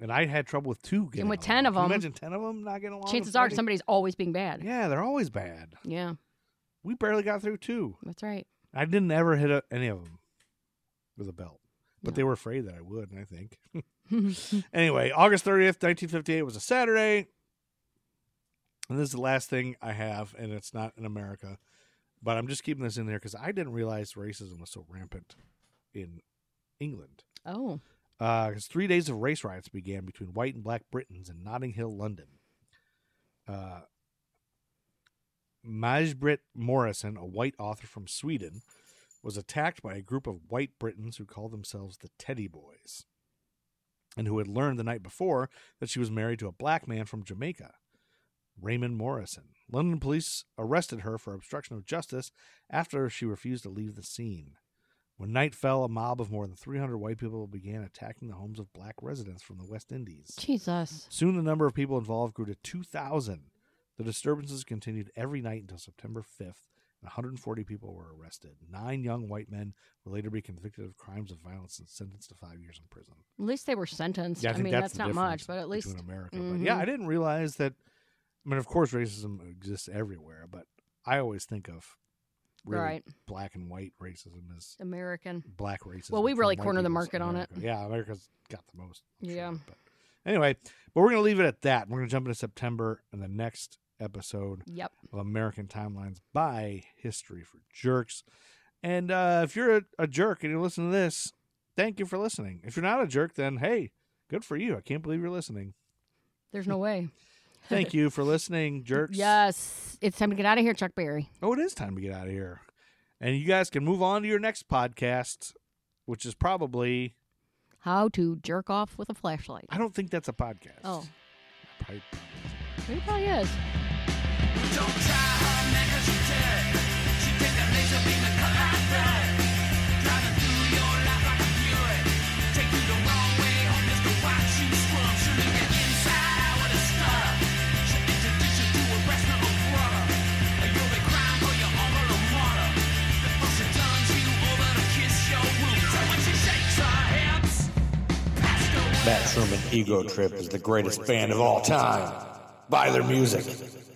[SPEAKER 4] And I had trouble with two. Getting
[SPEAKER 3] with 10
[SPEAKER 4] along.
[SPEAKER 3] of
[SPEAKER 4] Can
[SPEAKER 3] 'em,
[SPEAKER 4] you Imagine ten of them not getting along. and
[SPEAKER 3] Chances are
[SPEAKER 4] fighting?
[SPEAKER 3] somebody's always being bad.
[SPEAKER 4] Yeah, they're always bad.
[SPEAKER 3] yeah
[SPEAKER 4] We barely got through two.
[SPEAKER 3] that's right.
[SPEAKER 4] I didn't ever hit a, any of them with a belt, but
[SPEAKER 3] No.
[SPEAKER 4] they were afraid that I would. And I think. Anyway, August 30th, 1958 was a Saturday. And this is the last thing I have, and it's not in America, but I'm just keeping this in there because I didn't realize racism was so rampant in England.
[SPEAKER 3] oh,
[SPEAKER 4] Because three days of race riots began between white and black Britons in Notting Hill, London. Uh, Majbrit Morrison, a white author from Sweden, was attacked by a group of white Britons who called themselves the Teddy Boys and who had learned the night before that she was married to a black man from Jamaica, Raymond Morrison. London police arrested her for obstruction of justice after she refused to leave the scene. When night fell, a mob of more than 300 white people began attacking the homes of black residents from the West Indies.
[SPEAKER 3] Jesus.
[SPEAKER 4] Soon the number of people involved grew to 2,000. The disturbances continued every night until September 5th, and 140 people were arrested. Nine young white men will later be convicted of crimes of violence and sentenced to five years in prison.
[SPEAKER 3] At least they were sentenced.
[SPEAKER 4] Yeah, I,
[SPEAKER 3] I,
[SPEAKER 4] think
[SPEAKER 3] mean,
[SPEAKER 4] that's,
[SPEAKER 3] that's,
[SPEAKER 4] the
[SPEAKER 3] not much,
[SPEAKER 4] difference
[SPEAKER 3] but at least
[SPEAKER 4] between America. But yeah,
[SPEAKER 3] Mhm.
[SPEAKER 4] I didn't realize that. I mean, of course, racism exists everywhere, but I always think of really
[SPEAKER 3] right,
[SPEAKER 4] black and white racism as
[SPEAKER 3] American.
[SPEAKER 4] black racism.
[SPEAKER 3] Well, we
[SPEAKER 4] from
[SPEAKER 3] really
[SPEAKER 4] white
[SPEAKER 3] cornered the
[SPEAKER 4] people's
[SPEAKER 3] market on it.
[SPEAKER 4] America. Yeah, America's got the most. I'm sure,
[SPEAKER 3] Yeah.
[SPEAKER 4] but anyway, but we're gonna leave it at that. We're gonna jump into September and the next episode
[SPEAKER 3] Yep.
[SPEAKER 4] of American Timelines by History for Jerks. And uh, if you're a, a jerk and you listen to this, thank you for listening. If you're not a jerk, then hey, good for you. I can't believe you're listening.
[SPEAKER 3] There's no way.
[SPEAKER 4] Thank you for listening, jerks.
[SPEAKER 3] Yes, it's time to get out of here, Chuck Berry.
[SPEAKER 4] Oh, it is time to get out of here. And you guys can move on to your next podcast, which is probably
[SPEAKER 3] How to jerk off with a flashlight?
[SPEAKER 4] I don't think that's a podcast.
[SPEAKER 3] Oh,
[SPEAKER 4] Pipe.
[SPEAKER 3] it probably is.
[SPEAKER 2] Don't try hard, man, 'cause you're dead. She take that laser beam and cut like that. Driving through your life like a fury. Take you the wrong way, homies to watch you squirm. She'll leave you inside out with a scrub. She'll introduce you to a wrestler or brother. And you'll be crying for your uncle or mother. Before she turns you over to kiss your wounds. And when she shakes her hips, pass the
[SPEAKER 5] Batroom and Ego Trip is the greatest band of all time. Buy their music.